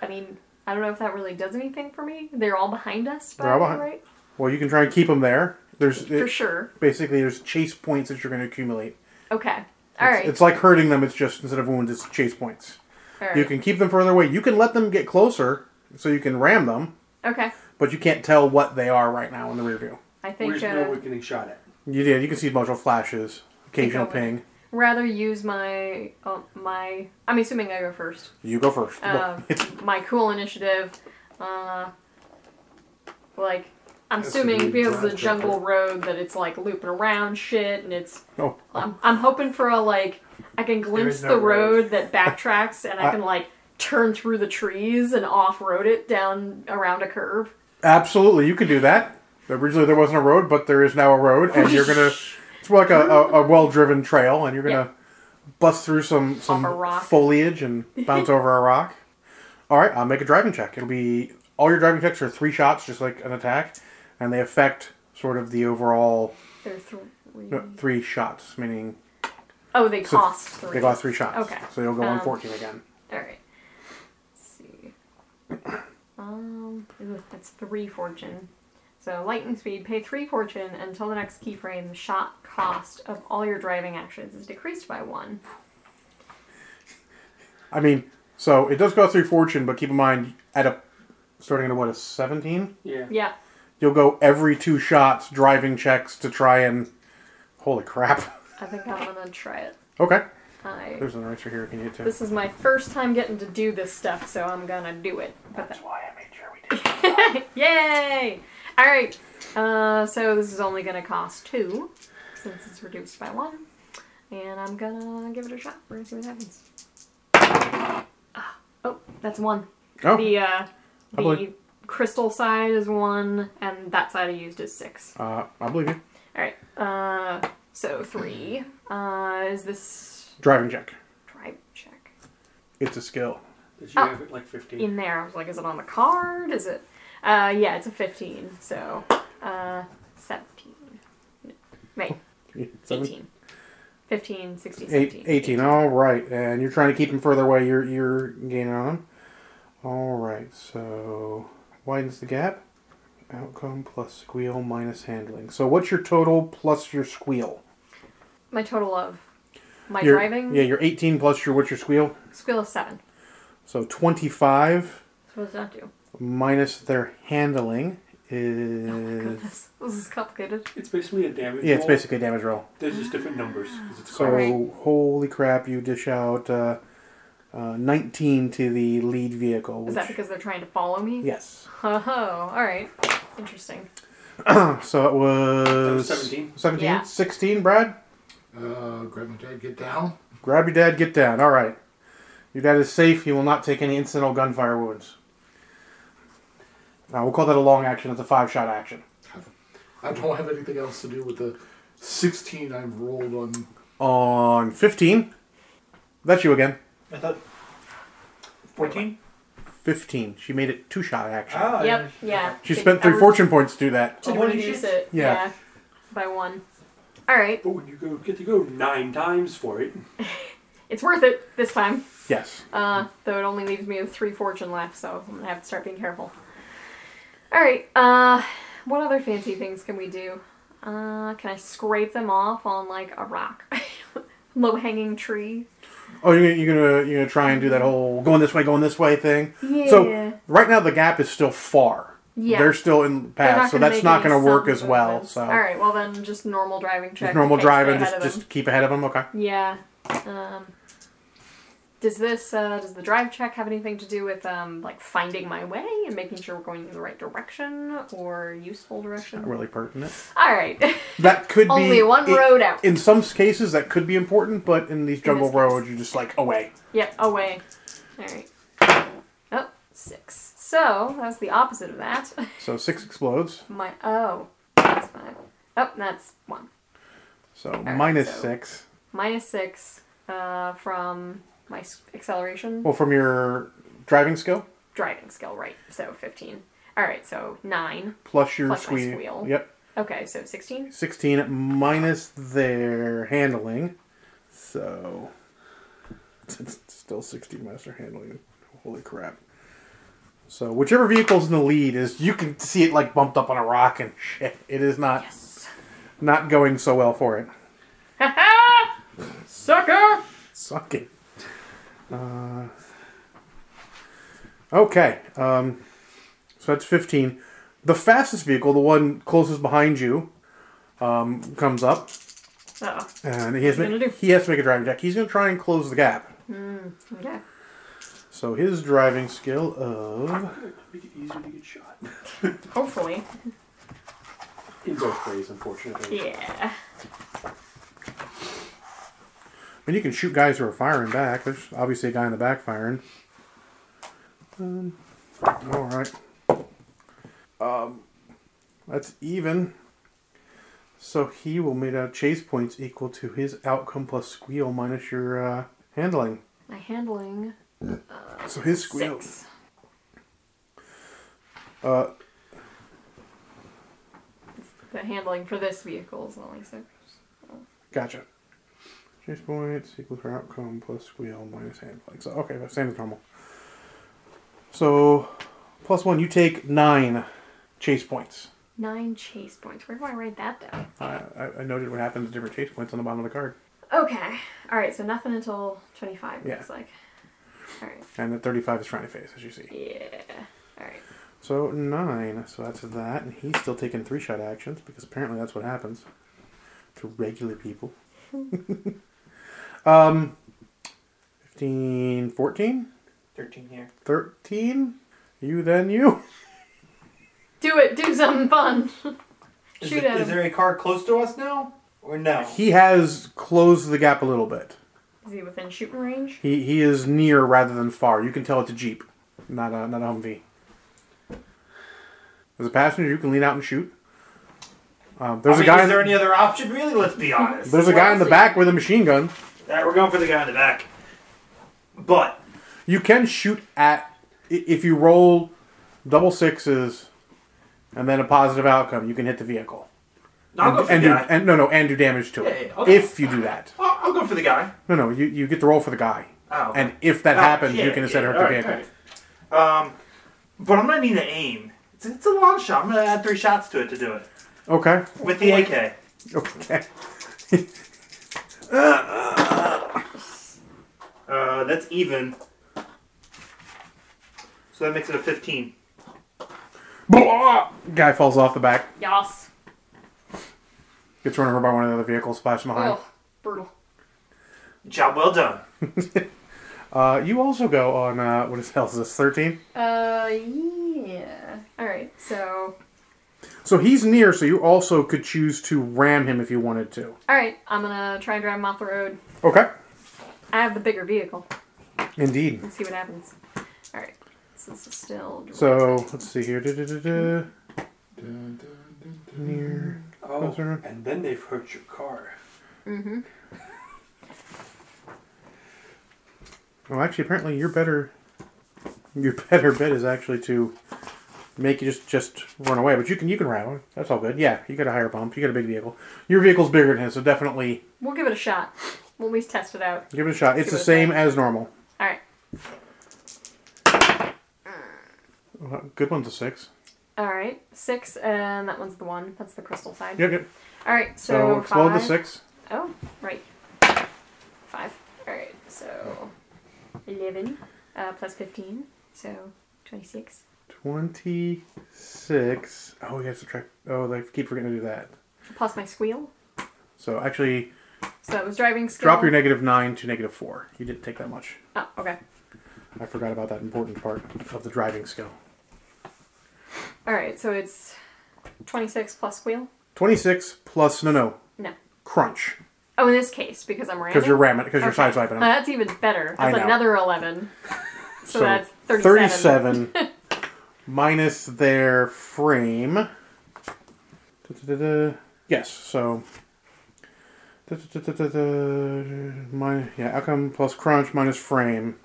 S3: I mean, I don't know if that really does anything for me. They're all behind us, by
S1: They're all
S3: the way,
S1: behind-
S3: right?
S1: Well, you can try and keep him there. There's
S3: For
S1: it-
S3: sure.
S1: basically there's chase points that you're going to accumulate.
S3: Okay. All
S1: It's,
S3: right.
S1: it's like hurting them. It's just instead of wounds, it's chase points.
S3: all right.
S1: You can keep them further away. You can let them get closer, so you can ram them,
S3: Okay.
S1: but you can't tell what they are right now in the rear view.
S3: I think.
S2: We just
S3: uh,
S2: know we're getting shot at.
S1: You did. You can see multiple flashes, occasional
S3: Think I'll-
S1: ping.
S3: rather use my uh, my I'm assuming I go first.
S1: You go first.
S3: Um, my cool initiative, uh, like I'm
S5: Has to
S3: assuming
S5: be
S3: because of the
S5: drive
S3: jungle
S5: checker.
S3: road that it's like looping around shit and it's
S1: oh,
S3: I'm, I'm hoping for a like I can glimpse
S4: is no
S3: the road
S4: road.
S3: that backtracks and I
S1: I-
S3: can like turn through the trees and off road it down around a curve.
S1: absolutely. You can do that. Originally there wasn't a road, but there is now a road, and you're gonna. It's more like a, a, a well-driven trail, and you're gonna bust through some some
S3: Off a rock.
S1: foliage and bounce over a rock. All right, I'll make a driving check. It'll be all your driving checks are three shots, just like an attack, and they affect sort of the overall
S3: There are three.
S1: no, three shots, meaning
S3: Oh, they
S1: so
S3: cost three.
S1: they lost three shots.
S3: Okay.
S1: so you'll go on
S3: Um,
S1: fourteen again.
S3: All right. Let's see. Um, ooh, that's three fortune. So lightning speed, pay three fortune until the next keyframe. Shot cost of all your driving actions is decreased by one.
S1: I mean, so it does cost three fortune, but keep in mind, at a starting at a, what a seventeen,
S2: Yeah.
S3: Yeah.
S1: you'll go every two shots driving checks to try and. Holy crap!
S3: I think I'm gonna try it.
S1: Okay,
S3: I
S1: there's an eraser here if you need to.
S3: this is my first time getting to do this stuff, so I'm gonna do it. But that-
S4: That's why I made sure we did.
S3: Yay! All right. Uh, so this is only gonna cost two, since it's reduced by one, and I'm gonna give it a shot. We're gonna see what happens. Ah, oh, that's one.
S1: Oh,
S3: The uh, the
S1: believe-
S3: crystal side is one, and that side I used is six.
S1: uh, I believe you.
S3: All right. Uh, so three. Uh, is this
S1: Driving check.
S3: drive check
S1: It's a skill.
S2: Did you
S3: Oh.
S2: have it like 15?
S3: in there? I was like, is it on the card? Is it? Uh, yeah, it's a fifteen. So uh, seventeen. No, Wait.
S1: Seven-
S3: 18. 15, 16,
S1: Eight,
S3: 17.
S1: 18, all right. And you're trying to keep him further away. You're, you're gaining on him. All right, so widens the gap. Outcome plus squeal minus handling. So what's your total plus your squeal?
S3: My total of my
S1: Your-
S3: driving
S1: Yeah, you're 18 plus your what's your squeal?
S3: squeal is 7.
S1: So 25
S3: So what does that do?
S1: minus their handling
S3: Oh my
S1: is.
S3: goodness. This is complicated.
S2: It's basically a damage
S1: yeah, it's
S2: roll.
S1: basically a damage roll.
S2: There's just different numbers. 'cause it's
S1: So
S2: called-
S3: Alright.
S1: holy crap, you dish out uh, uh, 19 to the lead vehicle.
S3: Is that
S1: which-
S3: because they're trying to follow me?
S1: Yes.
S3: Oh, all right. Interesting.
S1: So it was
S2: That was 17.
S1: 17?
S3: Yeah.
S1: 16, Brad?
S5: Uh, grab my dad, get down.
S1: Grab your dad, get down. All right. Your dad is safe. He will not take any incidental gunfire wounds. Now, we'll call that a long action. It's a five shot action.
S5: I don't have anything else to do with the 16 I've rolled on.
S1: On 15, that's you again.
S4: I thought 14?
S1: 15. She made it two shot action.
S4: Oh,
S3: Yep. Yeah.
S1: She
S3: They-
S1: spent
S3: I
S1: three
S3: re-
S1: fortune points to do that.
S3: To
S4: Oh, holy
S3: reduce
S4: shit.
S3: it.
S1: Yeah.
S3: yeah. By one. All right.
S2: But when you go, get to go nine times for it,
S3: It's worth it this time.
S1: Yes.
S3: Uh, though it only leaves me with three fortune left, so I'm gonna have to start being careful. All right. Uh, what other fancy things can we do? Uh, can I scrape them off on like a rock, low hanging tree?
S1: Oh, you're, you're gonna you're gonna try and do that whole going this way, going this way thing.
S3: Yeah.
S1: So right now the gap is still far.
S3: Yeah.
S1: They're still in the
S3: They're not
S1: path, so
S3: gonna
S1: that's
S3: make
S1: not
S3: any
S1: gonna work
S3: sudden
S1: as well.
S3: movements.
S1: So
S3: all right. Well then, just normal driving check.
S1: Just normal
S3: to stay
S1: driving,
S3: ahead
S1: just
S3: of them.
S1: just keep ahead of them. Okay.
S3: Yeah. Um, does this uh, does the drive check have anything to do with um, like finding my way and making sure we're going in the right direction or useful direction?
S1: Not really pertinent.
S3: All right.
S1: That could be
S3: Only one
S1: it-
S3: road out.
S1: In some cases, that could be important, but in these jungle
S3: this case.
S1: roads, you're just like away.
S3: Yep, away. Alright. Oh, six. So, that's the opposite of that.
S1: So six explodes.
S3: My, oh, that's five. Oh, that's one.
S1: So
S3: right,
S1: minus
S3: so-
S1: six.
S3: Minus six uh, from my s- acceleration
S1: Well, from your driving skill
S3: driving skill, right? So, 15. Alright, so nine.
S1: plus your
S3: Plus my
S1: squeal.
S3: squeal.
S1: Yep.
S3: Okay, so 16.
S1: 16 minus their handling. So it's still 16 minus their handling. Holy crap. So whichever vehicle's in the lead is you can see it like bumped up on a rock and shit. It is not
S3: Yes.
S1: not going so well for it.
S3: Sucker!
S1: Suck it. Uh, okay. Um, so that's 15. The fastest vehicle, the one closest behind you, um, comes up.
S3: Oh,
S1: And he has,
S3: What are you
S1: ma-
S3: gonna do?
S1: he has to make a driving check. He's going to try and close the gap.
S3: okay.
S1: So his driving skill of
S2: make it easier to get shot.
S3: Hopefully.
S2: In both ways, unfortunately.
S3: Yeah.
S1: and you can shoot guys who are firing back. There's obviously a guy in the back firing. Um, all right. Um, that's even. So he will make out chase points equal to his outcome plus squeal minus your uh, handling.
S3: My handling.
S1: So his squeal.
S3: Six.
S1: Uh,
S3: The handling for this vehicle is only six.
S1: Gotcha. Chase points equal to outcome plus squeal minus handling. So okay, that's same as normal. So plus one, you take nine chase points.
S3: Nine chase points. Where do I write that down?
S1: I, Uh, I- I noted what happens at different chase points on the bottom of the card.
S3: Okay. All right. So nothing until twenty-five.
S1: Yeah.
S3: Looks like. All right.
S1: And the 35 is trying to face, as you see.
S3: Yeah. All right.
S1: So nine. So that's that, and he's still taking three shot actions because apparently that's what happens to regular people. um, 15, 14,
S4: 13 here.
S1: 13. You then you.
S3: Do it. Do something fun.
S4: Is,
S3: Shoot
S4: it-
S3: at
S4: is
S3: him.
S4: there a car close to us now? Or no?
S1: He has closed the gap a little bit.
S3: Is he within shooting range?
S1: He he is near rather than far. You can tell it's a jeep, not a not a Humvee. As a passenger, you can lean out and shoot. Um, there's
S4: I mean,
S1: a guy.
S4: is
S1: in-
S4: there any other option, really? Let's be honest.
S1: there's a
S3: Where
S1: guy
S3: is
S1: in the
S3: he?
S1: back with a machine gun.
S4: Alright, we're going for the guy in the back. But,
S1: You can shoot at i- if you roll double sixes and then a positive outcome, you can hit the vehicle.
S4: no, I'll go
S1: and,
S4: for the
S1: and do,
S4: guy.
S1: and no no and do damage to
S4: Yeah,
S1: it.
S4: yeah, okay.
S1: If you do that.
S4: I'll, I'll go for the guy.
S1: No no, you, you get to roll for the guy.
S4: Oh.
S1: And if that
S4: Ah,
S1: happens,
S4: yeah,
S1: you can
S4: yeah,
S1: instead hurt the
S4: alright,
S1: vehicle.
S4: alright. Um, but I'm gonna need to aim. It's, it's a long shot. I'm gonna add three shots to it to do it
S1: Okay.
S4: with the AK.
S1: Okay.
S4: Uh, that's even. So that makes it a 15.
S1: Blah! Guy falls off the back,
S3: Yas.
S1: gets run over by one of the other vehicles, splashed him behind.
S3: Oh, brutal.
S4: Job well done.
S1: Uh, you also go on uh, what is hell is this thirteen?
S3: Uh, yeah. All right. So,
S1: So he's near, so you also could choose to ram him if you wanted to.
S3: all right. I'm gonna try and drive him off the road.
S1: Okay.
S3: I have the bigger vehicle.
S1: Indeed.
S3: Let's see what happens. All right. So this is still.
S1: So let's see here. Du-du-du-du.
S5: Dun, dun, dun, dun.
S1: Near.
S2: Oh,
S1: Closer.
S2: and then they've hurt your car.
S3: Mm-hmm.
S1: Well, actually, apparently, your better your better bet is actually to make you just just run away. But you can you can rattle. That's all good. Yeah, you got a higher bump. You got a big vehicle. Your vehicle's bigger than his, so definitely
S3: We'll give it a shot. We'll at least test it out.
S1: give it a shot. It's
S3: See
S1: the
S3: what
S1: same
S3: it's
S1: as normal.
S3: All right.
S1: Well, Uh, Good one's a six.
S3: All right. Six, and that one's the one. That's the crystal side.
S1: Yep, yep.
S3: All right. So,
S1: So explode
S3: five.
S1: the six.
S3: Oh, right. Five. All right. So, eleven uh, plus fifteen. So twenty-six.
S1: 26. Oh, we got to subtract. Oh, I keep forgetting to do that.
S3: Plus my squeal.
S1: So actually,
S3: So that was driving skill.
S1: drop your negative 9 to negative 4. You didn't take that much.
S3: Oh, okay.
S1: I forgot about that important part of the driving skill.
S3: All right. So it's twenty-six plus squeal.
S1: 26 plus, no, no,
S3: No.
S1: crunch.
S3: Oh, in this case, because I'm ramming.
S1: Because you're ramming, because you're
S3: Okay.
S1: sideswiping
S3: Uh,
S1: him.
S3: that's even better.
S1: I
S3: That's
S1: know.
S3: another eleven. So, that's thirty-seven.
S1: 37 minus their frame. Da-da-da-da. Yes, so. Da-da-da-da-da. My, yeah, outcome plus crunch minus frame.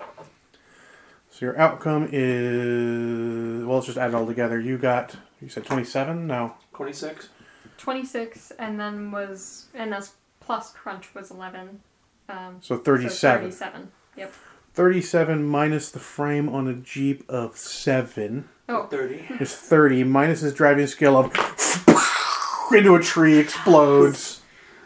S1: So your outcome is. Well, let's just add it all together. You got. You said 27? No.
S2: 26?
S3: Twenty-six, and then was and that's plus crunch was eleven. Um,
S1: So
S3: so
S1: 37.
S3: Thirty-seven. Yep.
S1: 37 minus the frame on a Jeep of 7.
S3: Oh,
S2: 30.
S1: It's 30 minus his driving skill of into a tree explodes.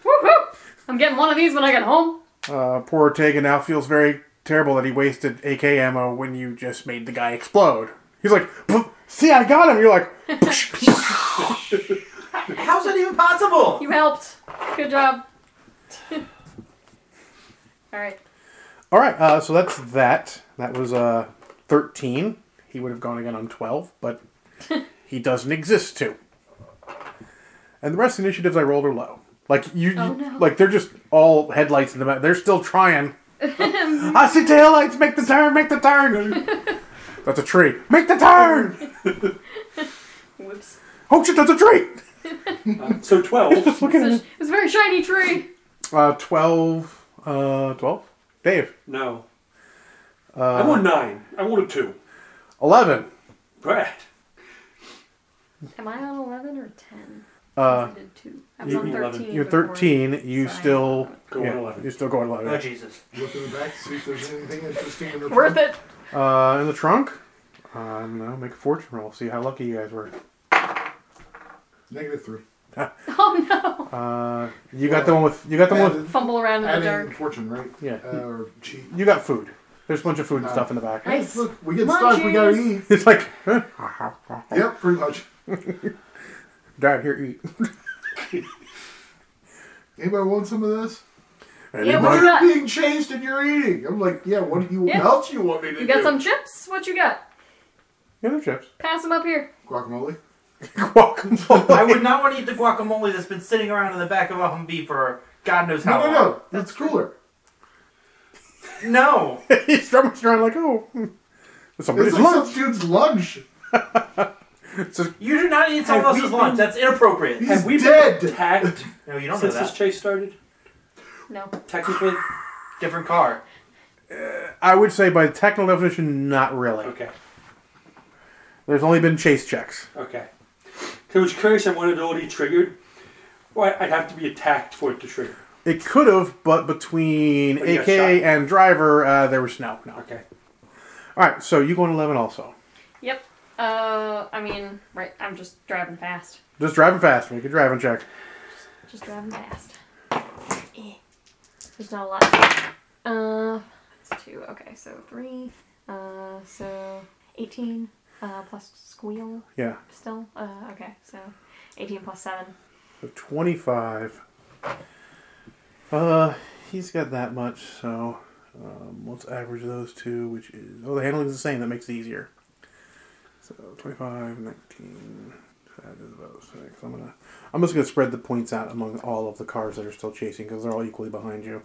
S3: Woohoo! I'm getting one of these when I get home.
S1: Uh, poor Ortega now feels very terrible that he wasted AK ammo when you just made the guy explode. He's like, "Pff, see, I got him. You're like,
S4: How's that even possible?
S3: You helped. Good job. All right.
S1: all right, uh, so that's that. That was uh, 13. He would have gone again on 12, but he doesn't exist to. And the rest of the initiatives I rolled are low. Like you,
S3: Oh,
S1: you-
S3: no.
S1: like they're just all headlights in the back. They're still trying. I see taillights, make the turn, make the turn. that's a tree. Make the turn!
S3: Whoops.
S1: Oh shit, that's a tree!
S2: Uh, so 12.
S1: Look at
S3: It's
S1: it.
S3: a, it's a very shiny tree.
S1: Uh, 12. Uh, 12? Dave.
S2: No.
S1: Uh,
S2: I want 9. I want a 2.
S1: 11.
S2: Brad.
S3: Am I on eleven or ten?
S1: Uh,
S3: I did two. I was
S1: you-
S3: on
S2: you-
S3: thirteen.
S1: you're
S3: before.
S1: 13. You
S3: So I-
S1: still.
S2: Go
S1: yeah,
S2: on 11.
S1: You're still going
S4: Oh,
S1: 11.
S4: Jesus.
S5: Look in the back, see if there's anything interesting in her.
S3: Worth it.
S1: Uh, in the trunk? Uh, no, make a fortune roll. See how lucky you guys were.
S5: Negative three.
S3: Oh no!
S1: Uh, you got the one with you got the one. With,
S3: Fumble around in the
S5: Adding
S3: dark.
S5: fortune, right?
S1: Yeah.
S5: Uh, or cheat.
S1: you got food. There's a bunch of food and stuff in the back.
S3: Nice.
S5: Hey, Look, we get stuck. We gotta eat.
S3: Munchies.
S1: It's like, huh?
S5: Yep, pretty much.
S1: down here eat.
S5: Anybody want some of this?
S3: Yeah, what
S1: Anybody?
S3: you got?
S5: Being chased and you're eating. I'm like, yeah. What do you? What
S3: Yeah.
S5: else you want me to
S3: You
S5: do?
S3: got some chips? What you got?
S1: Yeah, they're chips.
S3: Pass them up here.
S5: guacamole.
S1: Guacamole.
S4: I would not want to eat the guacamole that's been sitting around in the back of a Humvee for God knows
S5: No,
S4: how
S5: no,
S4: long.
S5: no. That's cooler.
S4: No.
S1: He's drumming around like, oh, hmm. somebody's
S5: It's like
S1: lunch.
S5: some dude's lunch.
S4: You do not eat
S2: Have
S4: someone
S2: we
S4: else's lunch.
S2: been-
S4: That's inappropriate.
S5: He's
S2: Have we
S5: dead.
S2: been attacked
S4: No, you don't know
S2: since this
S4: that.
S2: chase started?
S3: No.
S2: Technically?
S4: Different car.
S1: I would say, by technical definition, not really.
S2: Okay,
S1: There's only been chase checks.
S2: okay. 'Cause I was curious on what ability triggered. Well, I'd have to be attacked for it to trigger.
S1: It could have, but between
S2: But you got
S1: AK
S2: shot.
S1: and driver, uh, there was no, no.
S2: Okay.
S1: All right, so you go on 11 also.
S3: Yep. Uh, I mean, right. I'm just driving fast.
S1: Just driving fast. Make a driving check.
S3: Just driving fast. Eh. There's not a lot. Uh, that's two. Okay, so three. Uh, so 18 uh, plus squeal
S1: Yeah,
S3: still. Uh, okay, so 18 plus 7.
S1: so 25. Uh, he's got that much, so um, let's average those two, which is oh, the handling's the same. That makes it easier. So 25, 19. That is about six. I'm gonna. I'm just gonna spread the points out among all of the cars that are still chasing because they're all equally behind you,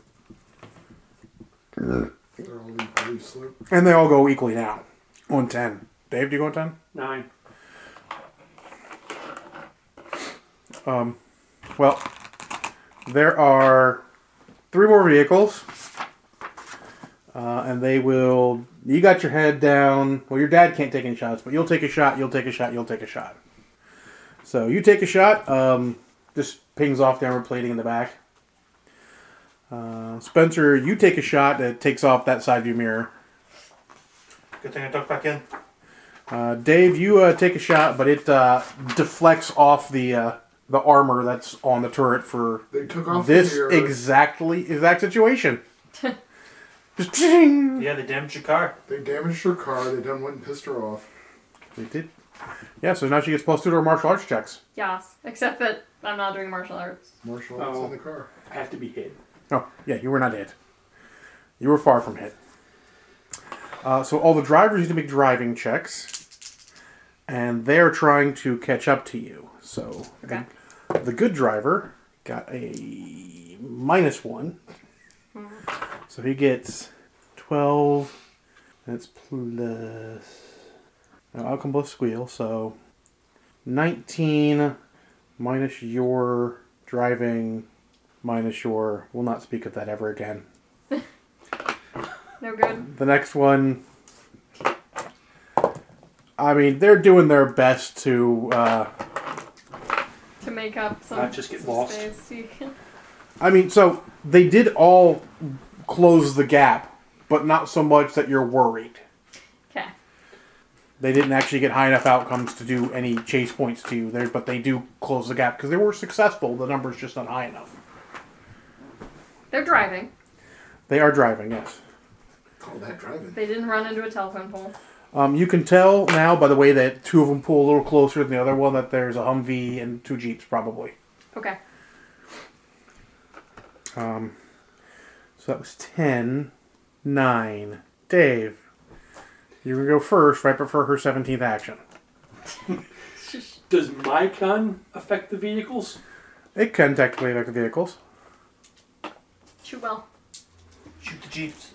S5: They're all equally slow.
S1: and they all go equally now. On ten, Dave, do you go on ten?
S2: Nine.
S1: Well, there are three more vehicles, uh, and they will. You got your head down. Well, your dad can't take any shots, but you'll take a shot. You'll take a shot. You'll take a shot. So you take a shot. Um, just pings off the armor plating in the back. Uh, Spencer, you take a shot that takes off that side view mirror.
S4: Good thing I tucked back in.
S1: Uh, Dave, you uh, take a shot, but it uh, deflects off the uh, the armor that's on the turret for
S5: They took off
S1: this
S5: the mirror.
S1: exactly exact situation. Just ding.
S4: Yeah, they damaged your car.
S5: They damaged her car. They done went and pissed her off.
S1: They did. Yeah, so now she gets plus two to her martial arts checks.
S3: Yes, except that I'm not doing martial arts.
S5: Marshall arts
S2: Oh.
S5: in the car.
S2: I have to be hit.
S1: Oh, yeah, you were not hit. You were far from hit. Uh, so all the drivers need to make driving checks, and they're trying to catch up to you. So
S3: Okay.
S1: the, the good driver got a minus one, so he gets twelve. That's plus. Now I'll come both squeal. So nineteen minus your driving minus your. We'll not speak of that ever again.
S3: No good.
S1: The next one. I mean, they're doing their best to. Uh,
S3: To make up some,
S2: Uh, just get
S3: some
S2: lost.
S3: space. You can-
S1: I mean, so they did all close the gap, but not so much that you're worried.
S3: Okay.
S1: They didn't actually get high enough outcomes to do any chase points to you there, but they do close the gap because they were successful. The number's just not high enough.
S3: They're driving.
S1: They are driving, yes.
S5: Call that driving.
S3: They didn't run into a telephone pole.
S1: Um, you can tell now by the way that two of them pull a little closer than the other one that there's a Humvee and two Jeeps probably.
S3: Okay.
S1: Um, so that was 10, 9. Dave, you're going to go first right before her 17th action.
S2: Does my gun affect the vehicles?
S1: It can technically affect the vehicles.
S3: Too well.
S4: Shoot the jeeps.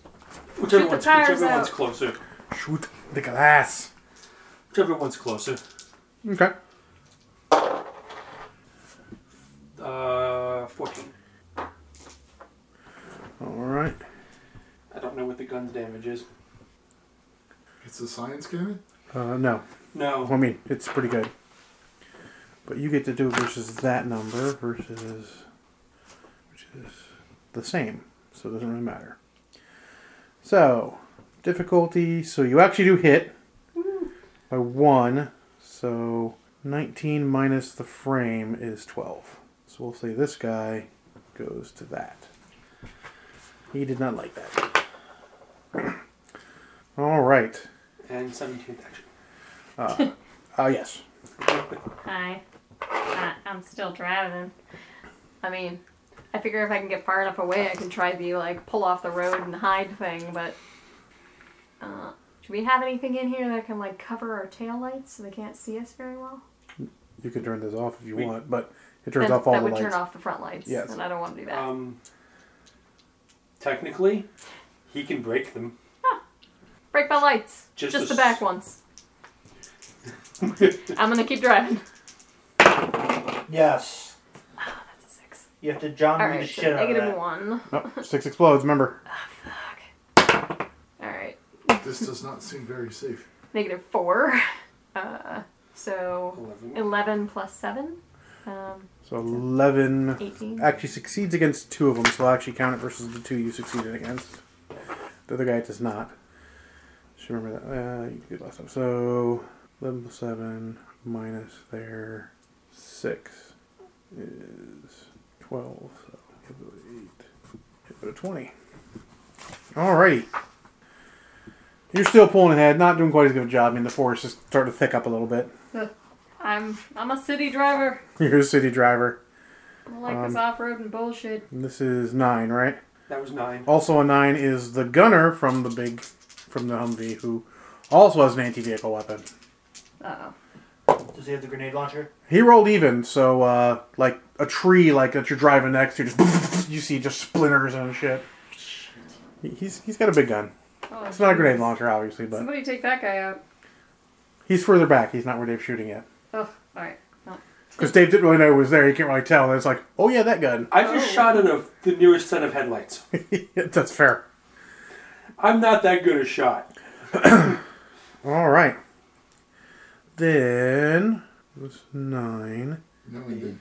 S2: Whichever,
S3: the
S2: one's,
S3: tires
S2: whichever
S3: out.
S2: one's closer.
S1: Shoot the glass.
S2: Whichever one's closer.
S1: Okay.
S2: Uh, 14.
S1: All right.
S2: I don't know what the gun's damage is.
S5: It's a science cannon.
S1: Uh, no. I
S2: No.
S1: mean, it's pretty good. But you get to do it versus that number versus. which is the same. So it doesn't really matter. So, difficulty. So you actually do hit by one. So 19 minus the frame is 12. So we'll say this guy goes to that. He did not like that. All right.
S2: And 17th action.
S1: Ah, yes.
S3: Hi. I, I'm still driving. I mean, I figure if I can get far enough away, I can try the like pull off the road and hide thing. But uh, do we have anything in here that can like cover our taillights so they can't see us very well?
S1: You can turn this off if you
S2: We-
S1: want, but it turns
S3: Then
S1: off all
S3: that
S1: the
S3: would
S1: lights.
S3: turn off the front lights.
S1: Yes.
S3: And I don't want to do that.
S2: Um, technically, he can break them.
S3: Break my lights.
S2: Just
S3: Just,
S2: a
S3: the
S2: s-
S3: back ones. I'm gonna keep driving.
S4: Yes.
S3: That's a six.
S4: You have to John
S3: All
S4: Woo the
S3: right, so
S4: shit out of
S3: negative
S4: that.
S3: one.
S1: No, Oh, six explodes, remember.
S3: All right,
S5: This does not seem very safe.
S3: negative four. Uh, so
S2: 11.
S3: eleven plus seven, um,
S1: So 11
S3: eighteen.
S1: actually succeeds against two of them, so I'll actually count it versus the two you succeeded against. The other guy does not. Should remember that. Uh, you did last time. So 11 plus 7 minus their 6 is 12. So he'll go to 8. He'll go to 20. Alrighty. You're still pulling ahead, not doing quite as good a job. I mean, the forest is starting to thick up a little bit.
S3: I'm I'm a city driver.
S1: You're a city driver.
S3: I don't like
S1: Um,
S3: this off-road and bullshit.
S1: And this is 9, right?
S2: That was 9.
S1: Also a nine is the gunner from the big, from the Humvee, who also has an anti-vehicle weapon.
S3: Uh-oh.
S4: Does he have the grenade launcher?
S1: He rolled even, so uh, like a tree, like that you're driving next, you just you see just splinters and shit. He- He's he's got a big gun.
S3: Oh,
S1: It's not a grenade launcher, obviously, but
S3: Somebody take that guy out.
S1: he's further back. He's not where Dave's shooting yet,
S3: Oh, all right.
S1: because Dave didn't really know it was there. He can't really tell. And it's like, oh yeah, that gun.
S2: I just
S3: Oh.
S2: shot at a, the nearest set of headlights.
S1: That's fair.
S2: I'm not that good a shot.
S1: All right. Then it was nine,
S5: No, we did.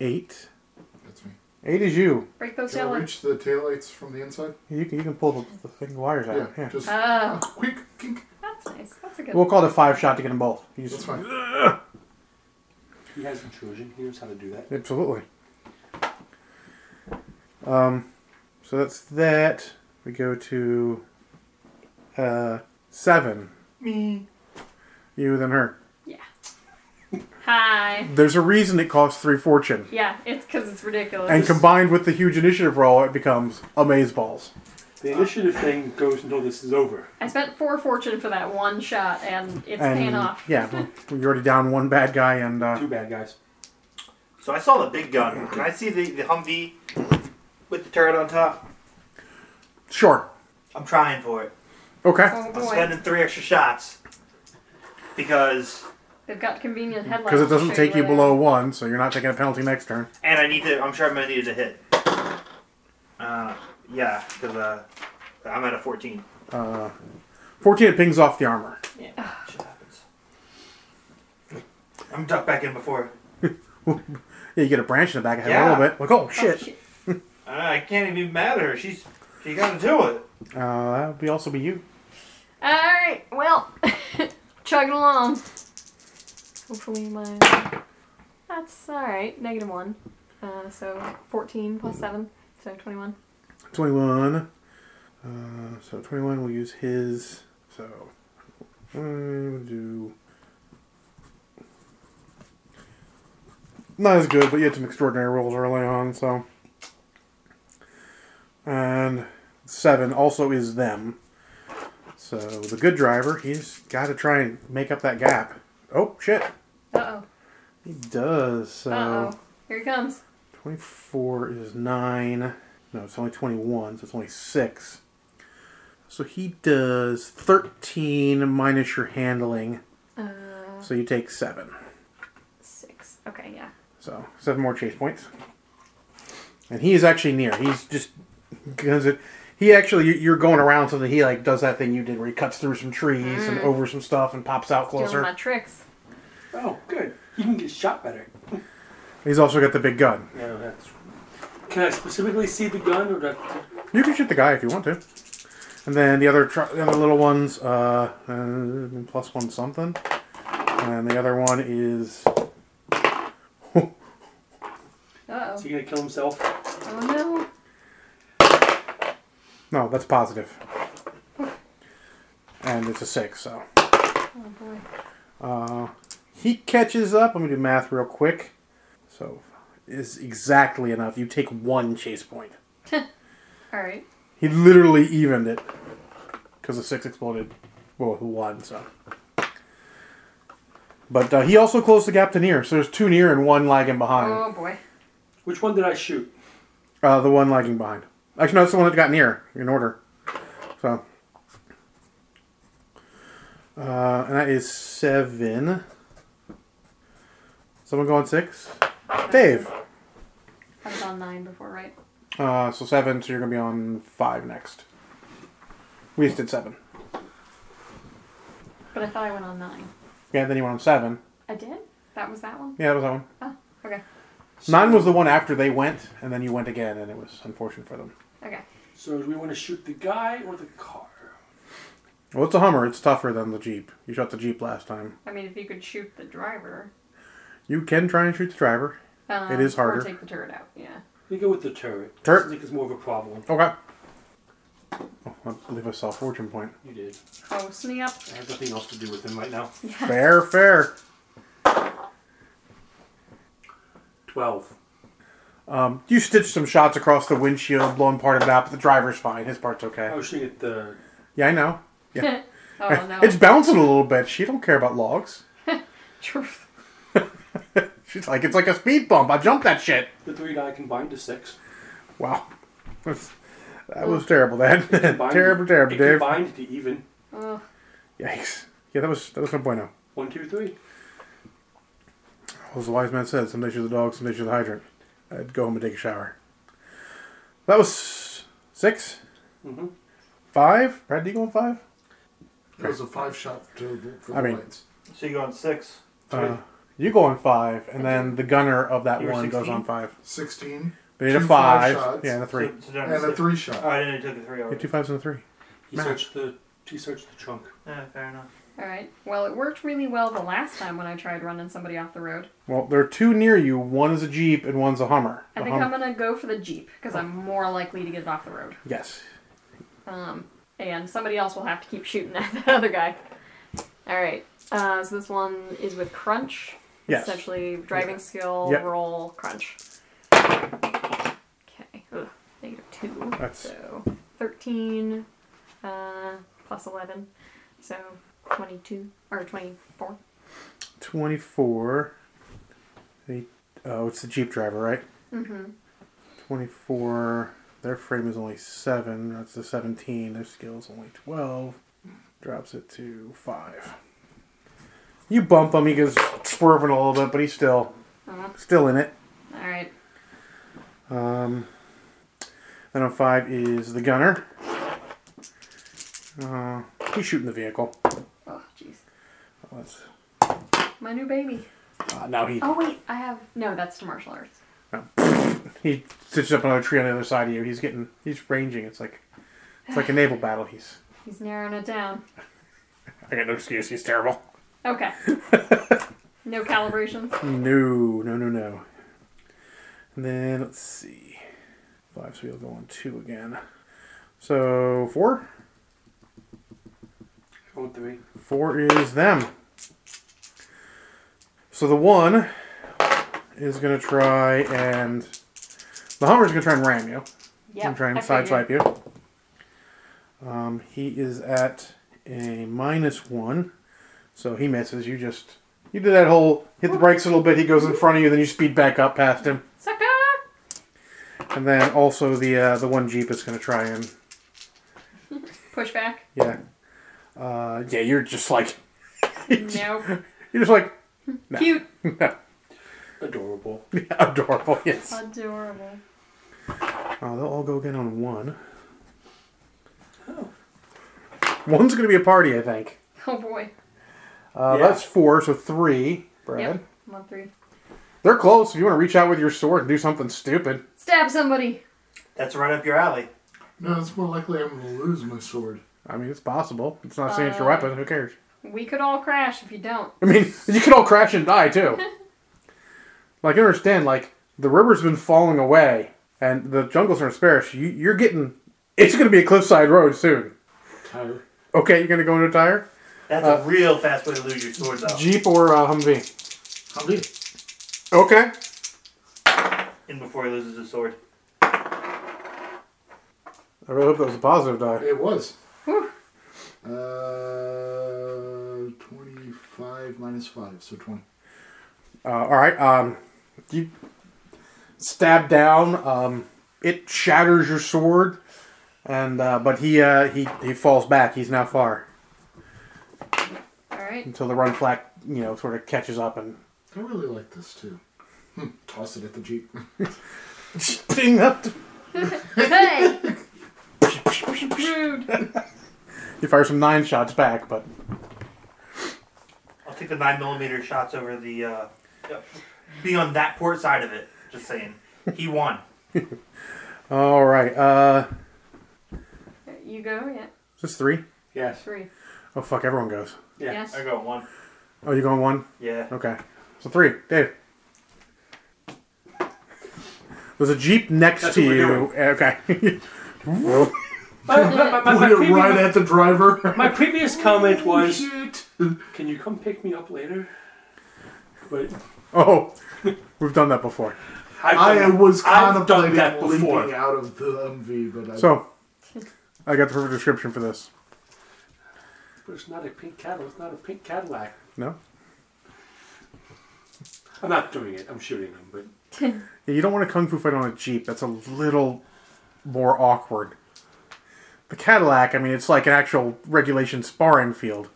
S1: eight,
S5: That's me.
S1: eight is you.
S3: Break those
S5: Can I
S3: taillights.
S5: reach the taillights from the inside?
S1: You can, you can pull the, the thing wires out.
S5: Yeah,
S1: Yeah,
S5: just
S3: Oh,
S5: quick kink.
S3: that's nice. That's a good.
S1: We'll call it a five shot to get them both. You
S5: That's
S1: just-
S5: fine.
S2: He has intrusion. He knows how to do that.
S1: Absolutely. Um, so that's that. We go to uh, seven.
S4: Me.
S1: You then her.
S3: Hi.
S1: There's a reason it costs three fortune,
S3: Yeah, it's because it's ridiculous.
S1: and combined with the huge initiative roll, it becomes amaze balls. Uh.
S2: The initiative thing goes until this is over.
S3: I spent four fortune for that one shot, and it's
S1: and
S3: paying off.
S1: yeah, well, you're already down one bad guy, and uh,
S2: Two bad guys.
S4: So I saw the big gun. Can I see the, the Humvee with the turret on top?
S1: sure,
S4: I'm trying for it.
S1: okay,
S3: Oh
S4: I'm
S3: boy,
S4: spending three extra shots because,
S3: they've got convenient headlights.
S1: because it
S3: to
S1: doesn't
S3: show
S1: take you
S3: where they
S1: below one, so you're not taking a penalty next turn.
S4: and I need to. I'm sure I'm gonna need it to hit. Uh, yeah, because uh, I'm at a 14.
S1: Uh, Fourteen it pings off the armor.
S4: Yeah, shit happens. I'm ducked back in before.
S1: Yeah, you get a branch in the back of the head a
S4: Yeah.
S1: little bit. Like, oh
S3: are.
S1: shit.
S3: Oh, shit.
S4: Uh, I can't even mad at her. She's she got to do it.
S1: Uh, that would be also be you.
S3: All right, well, chugging along. Hopefully my. That's all right. Negative one. Uh, so fourteen plus seven, so twenty-one.
S1: 21. Uh, so 21 will use his. So I will do. Not as good, but you had some extraordinary rolls early on, so. And 7 also is them. So the good driver, he's got to try and make up that gap. Oh, shit.
S3: Uh
S1: He does, so.
S3: oh. Uh oh. Here he comes.
S1: 24 is 9. No, it's only 21, so it's only 6. So he does 13 minus your handling.
S3: Uh,
S1: So you take 7.
S3: six. Okay, yeah.
S1: So 7 more chase points. And he is actually near. He's just. Because it. He actually, you- you're going around something. He like does that thing you did, where he cuts through some trees and over some stuff and pops out
S3: Doing my
S1: closer.
S3: tricks.
S2: Oh, good. He can get shot better.
S1: He's also got the big gun.
S2: Yeah, that's. Can I specifically see the gun or do I have to-
S1: You can shoot the guy if you want to. And then the other tr- the other little ones, uh, uh, plus one something. And the other one is
S3: Uh
S2: Is
S3: oh.
S2: he gonna kill himself?
S3: Oh no.
S1: no, that's positive. And it's a six, so
S3: Oh boy.
S1: uh, he catches up. Let me do math real quick. So is exactly enough. You take one chase point.
S3: Alright.
S1: He literally evened it because the six exploded. Well, who won? So, but uh, he also closed the gap to near. So there's two near and one lagging behind.
S3: Oh boy.
S2: Which one did I shoot?
S1: Uh, the one lagging behind. Actually, no, it's the one that got near in order. So, uh, and that is seven. Someone going six. Dave.
S3: I was on nine before, right?
S1: Uh, so seven. So you're gonna be on five next. We just did seven.
S3: But I thought I went on nine.
S1: Yeah, then you went on seven.
S3: I did? That was that one?
S1: Yeah, that was that one.
S3: Oh, okay.
S1: Nine was the one after they went, and then you went again, and it was unfortunate for them.
S3: Okay.
S2: So do we want to shoot the guy or the car?
S1: Well, it's a Hummer. It's tougher than the Jeep. You shot the Jeep last time.
S3: I mean, if you could shoot the driver.
S1: You can try and shoot the driver.
S3: Um,
S1: It is harder.
S3: Or take the turret out, yeah.
S2: We go with the turret.
S1: Turret.
S2: I think it's more of a problem.
S1: Okay. Oh, I believe I saw a fortune point.
S2: You did.
S3: Oh, snap.
S2: I have nothing else to do with him right now.
S3: Yeah.
S1: Fair, fair.
S2: Twelve.
S1: Um, you stitched some shots across the windshield, blowing part of it out, but the driver's fine. His part's
S2: I
S1: okay.
S2: was shooting at the.
S1: Yeah, I know. Yeah.
S3: oh, no.
S1: It's bouncing a little bit. She don't care about logs.
S3: Truth.
S1: She's like, it's like a speed bump. I jumped that shit.
S2: The three die combined to six.
S1: Wow. That was terrible, Dad. terrible, terrible,
S2: it
S1: Dave.
S2: Combined to even.
S3: Ugh.
S1: Yikes. Yeah, that was that was no bueno.
S2: One, two, three.
S1: As the wise man said, someday she's a dog, someday she's a hydrant. I'd go home and take a shower. That was six?
S2: Mm-hmm.
S1: Five? Brad, do you go on five?
S5: That was a five shot to the, for the
S1: I mean-
S5: lights.
S4: So you go on six.
S1: Uh, you go on five, and then the gunner of that
S4: You were
S1: one goes
S4: 16?
S1: on five.
S5: Sixteen
S1: They need a
S5: Two five
S1: five.
S5: shots.
S1: yeah, and a three.
S4: So, so down
S5: and
S4: to
S5: a
S4: six.
S5: three
S4: Oh,
S5: shot.
S4: I didn't took the three
S1: Yeah,
S4: already.
S1: two fives and a three.
S2: He
S1: Matt.
S2: searched the. He searched the trunk.
S4: Yeah, fair enough.
S3: Alright. Well, it worked really well the last time when I tried running somebody off the road.
S1: Well, there are two near you. One is a Jeep, and one's a Hummer.
S3: I
S1: The
S3: think
S1: Hum-
S3: I'm gonna go for the Jeep, because I'm more likely to get it off the road.
S1: Yes.
S3: Um, and somebody else will have to keep shooting at the other guy. Alright. Uh, so this one is with Crunch.
S1: Yes.
S3: Essentially, driving skill,
S1: Yep.
S3: roll, crunch. Okay. Ugh, Negative two.
S1: That's-
S3: So 13 uh, plus 11. So 22 or 24.
S1: 24. Eight, oh, it's the Jeep driver, right?
S3: Mm-hmm.
S1: 24. Their frame is only 7. That's the 17. Their skill is only 12. Drops it to 5. You bump him. He goes swerving a little bit, but he's still still in it.
S3: Uh-huh. All right.
S1: Um, then on 5 is the gunner. Uh, he's shooting the vehicle.
S3: Oh, jeez.
S1: That's-
S3: My new baby.
S1: uh, now he
S3: Oh, wait. I have. No, that's to martial arts.
S1: he stitches up another tree on the other side of you. He's getting he's ranging. It's like it's like a naval battle. He's
S3: He's narrowing it down.
S1: I got no excuse. He's terrible.
S3: Okay. no calibrations.
S1: No, no, no, no. And then let's see. Five, so we'll go on two again. So four?
S2: One, three.
S1: Four is them. So the one is gonna try and the Hummer's gonna try and ram you.
S3: Yeah.
S1: I'm trying to sideswipe you. Um, he is at a minus one, so he misses. You just you do that whole hit the brakes a little bit. He goes in front of you, then you speed back up past him,
S3: Sucker!
S1: and then also the uh, the one jeep is going to try and
S3: Push back.
S1: yeah, uh, yeah. You're just like
S3: No.
S1: you're just like No.
S3: Cute.
S2: Adorable.
S1: adorable. Yes.
S3: Adorable.
S1: Uh, they'll all go again on one. One's going to be a party, I think.
S3: Oh, boy.
S1: Uh,
S2: Yeah.
S1: That's four, so three. Brad.
S3: Yep. I'm on three.
S1: They're close. If you want to reach out with your sword and do something stupid,
S3: Stab somebody.
S4: That's right up your alley.
S5: No, it's more likely I'm gonna lose my sword.
S1: I mean, it's possible. It's not saying it's your
S3: Uh,
S1: weapon. Who cares?
S3: We could all crash if you don't.
S1: I mean, you could all crash and die too. like, I understand. Like, the river's been falling away, and the jungle's are sparse. You, you're getting. It's going to be a cliffside road soon.
S2: Tyler.
S1: Okay, you're going to go into a tire,
S4: That's a real fast way to lose your sword, though.
S1: Jeep or uh, Humvee.
S5: I'll do it.
S1: Okay.
S4: and before he loses his sword.
S1: I really hope that was a positive die.
S5: It was. Uh, 25 minus 5, so 20.
S1: Uh, all right. Um, you stab down. Um, it shatters your sword, and uh, but he uh, he he falls back. He's now far
S3: Alright.
S1: until the run flat you know sort of catches up and
S5: I really like this too. Hmm, Toss it at the Jeep.
S1: ding up.
S3: Hey! Rude.
S1: You fire some nine shots back, but
S4: I'll take the nine millimeter shots over the. Uh, be on that port side of it. Just saying, he won.
S1: all right. Uh,
S3: You go? Yeah.
S1: is this three?
S2: Yes.
S3: Three.
S1: Oh fuck! Everyone goes.
S2: Yeah.
S3: Yes.
S4: I got one.
S1: Oh, you going one?
S4: Yeah.
S1: Okay. So three, Dave. There's a jeep next
S2: That's
S1: to
S2: what we're
S1: you. Okay.
S2: doing. My, my- my- my- my
S5: Point it
S2: previous,
S5: right at the driver.
S2: my previous comment was,
S5: Shit.
S2: "Can you come pick me up later?" But
S1: oh, we've done that before.
S2: I've
S5: I
S2: done-
S5: was
S2: I've done
S5: contemplating
S2: that before.
S5: leaping out of the MV, but I,
S1: So, I got the perfect description for this.
S2: But it's not a pink Cadillac. It's not a pink Cadillac.
S1: No,
S2: I'm not doing it. I'm shooting him. But
S1: Yeah, you don't want a kung fu fight on a jeep. That's a little more awkward. The Cadillac, I mean, it's like an actual regulation sparring field.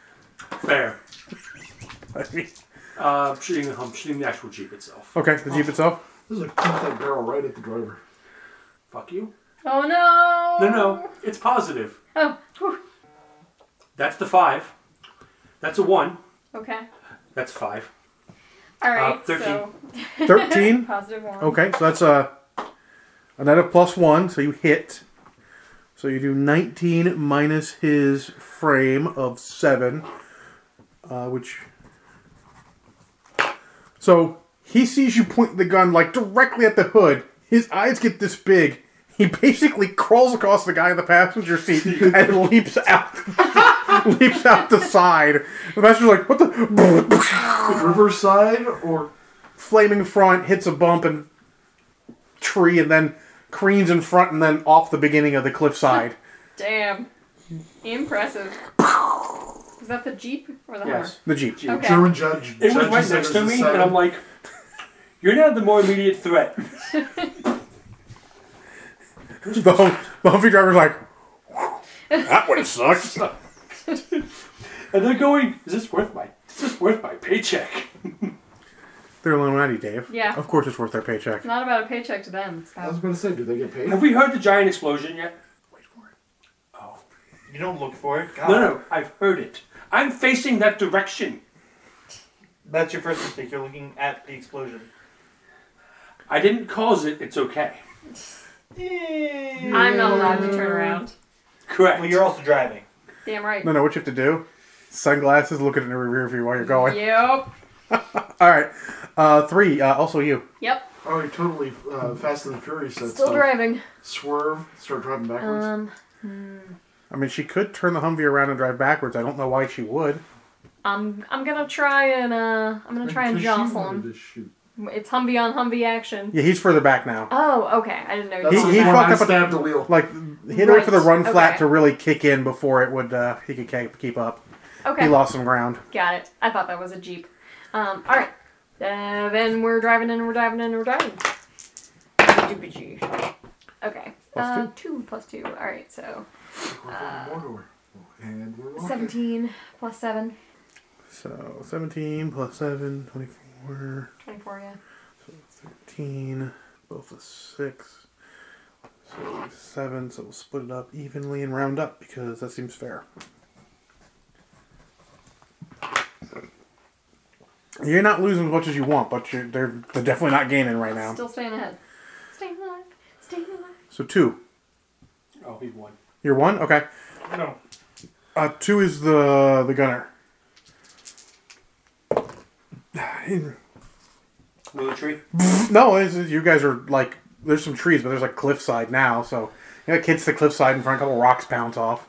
S2: fair.
S1: I mean,
S2: Uh, I'm shooting the hump. Shooting the actual jeep itself.
S1: okay, the jeep itself.
S5: this is a point that barrel right at the driver.
S2: Fuck you.
S3: Oh no!
S2: No, no. It's positive.
S3: Oh, whew.
S2: That's the five. That's a one.
S3: okay.
S2: That's five.
S3: Alright,
S2: Uh, 13.
S3: so
S1: Thirteen.
S3: positive one.
S1: Okay, so that's a a net of plus one, so you hit. So you do 19 minus his frame of seven, uh, which. So he sees you point the gun like directly at the hood. His eyes get this big. He basically crawls across the guy in the passenger seat and leaps out, leaps out the side. The passenger's like, "What the?"
S5: Riverside or
S1: flaming front hits a bump and tree and then creans in front and then off the beginning of the cliffside.
S3: Damn. Impressive. Is that the Jeep or the
S2: Yes.
S1: The Jeep.
S2: Jeep.
S3: Okay.
S5: German judge?
S2: It was
S5: judge
S2: right
S5: said
S2: next
S5: it
S2: to
S5: was
S2: me,
S5: a
S2: and I'm like, "You're now the more immediate threat."
S1: The, hum- the Humvee driver's like, "Whew, that would have sucked.
S2: And they're going, "Is this worth my? Is this worth my paycheck?"
S1: They're Illuminati, Dave.
S3: Yeah.
S1: Of course it's worth their paycheck.
S3: It's not about a paycheck to them. It's
S5: I was
S3: about
S5: going to say, do they get paid?
S2: Have we heard the giant explosion yet? Oh.
S4: You don't look for it. God.
S2: No, no. I've heard it. I'm facing that direction.
S4: That's your first mistake. You're looking at the explosion.
S2: I didn't cause it. It's okay.
S3: I'm not allowed to turn around.
S2: Correct.
S4: Well, you're also driving.
S3: Damn right.
S1: No, no, what you have to do? Sunglasses, look at it in the rear view while you're going.
S3: Yep.
S1: All right. Uh, three, uh, also you.
S3: Yep.
S5: Oh, he totally uh, Fast and the Furious. that
S3: Still
S5: stuff.
S3: driving.
S5: Swerve, start driving backwards.
S3: Um,
S1: I mean, she could turn the Humvee around and drive backwards. I don't know why she would.
S3: I'm I'm gonna try and uh I'm gonna try and
S5: Because she
S3: jostle
S5: wanted
S3: him.
S5: to shoot.
S3: It's Humvee on Humvee action.
S1: Yeah, he's further back now.
S3: Oh, okay. I didn't know.
S5: That's
S3: you
S5: the
S3: were
S1: he
S5: one
S3: back.
S1: fucked
S5: I
S1: up a-
S5: stabbed the wheel.
S1: Like he had to wait for the
S3: Right,
S1: run flat
S3: okay.
S1: to really kick in before it would uh, he could keep keep up.
S3: Okay,
S1: He lost some ground.
S3: got it. I thought that was a jeep. Um, all right. Uh, then we're driving and we're driving and we're driving. Doobie-gee. Okay.
S1: Plus
S3: uh, two. plus two. All right. So
S5: We're going Mordor. Oh, And we're off.
S3: seventeen plus seven.
S1: So 17 plus 7, 24,
S3: Twenty-four. Yeah.
S1: 13, both a 6. So 7, so we'll split it up evenly and round up because that seems fair. You're not losing as much as you want, but you're, they're, they're definitely not gaining right now.
S3: Still staying ahead. Staying alive. Staying alive.
S1: So 2.
S2: Oh, he won.
S1: You're 1? Okay.
S4: No.
S1: Uh, 2 is the the gunner.
S2: Military.
S1: No, it's, you guys are like there's some trees, but there's like cliffside now, so you got kids to the cliffside in front. A couple rocks bounce off.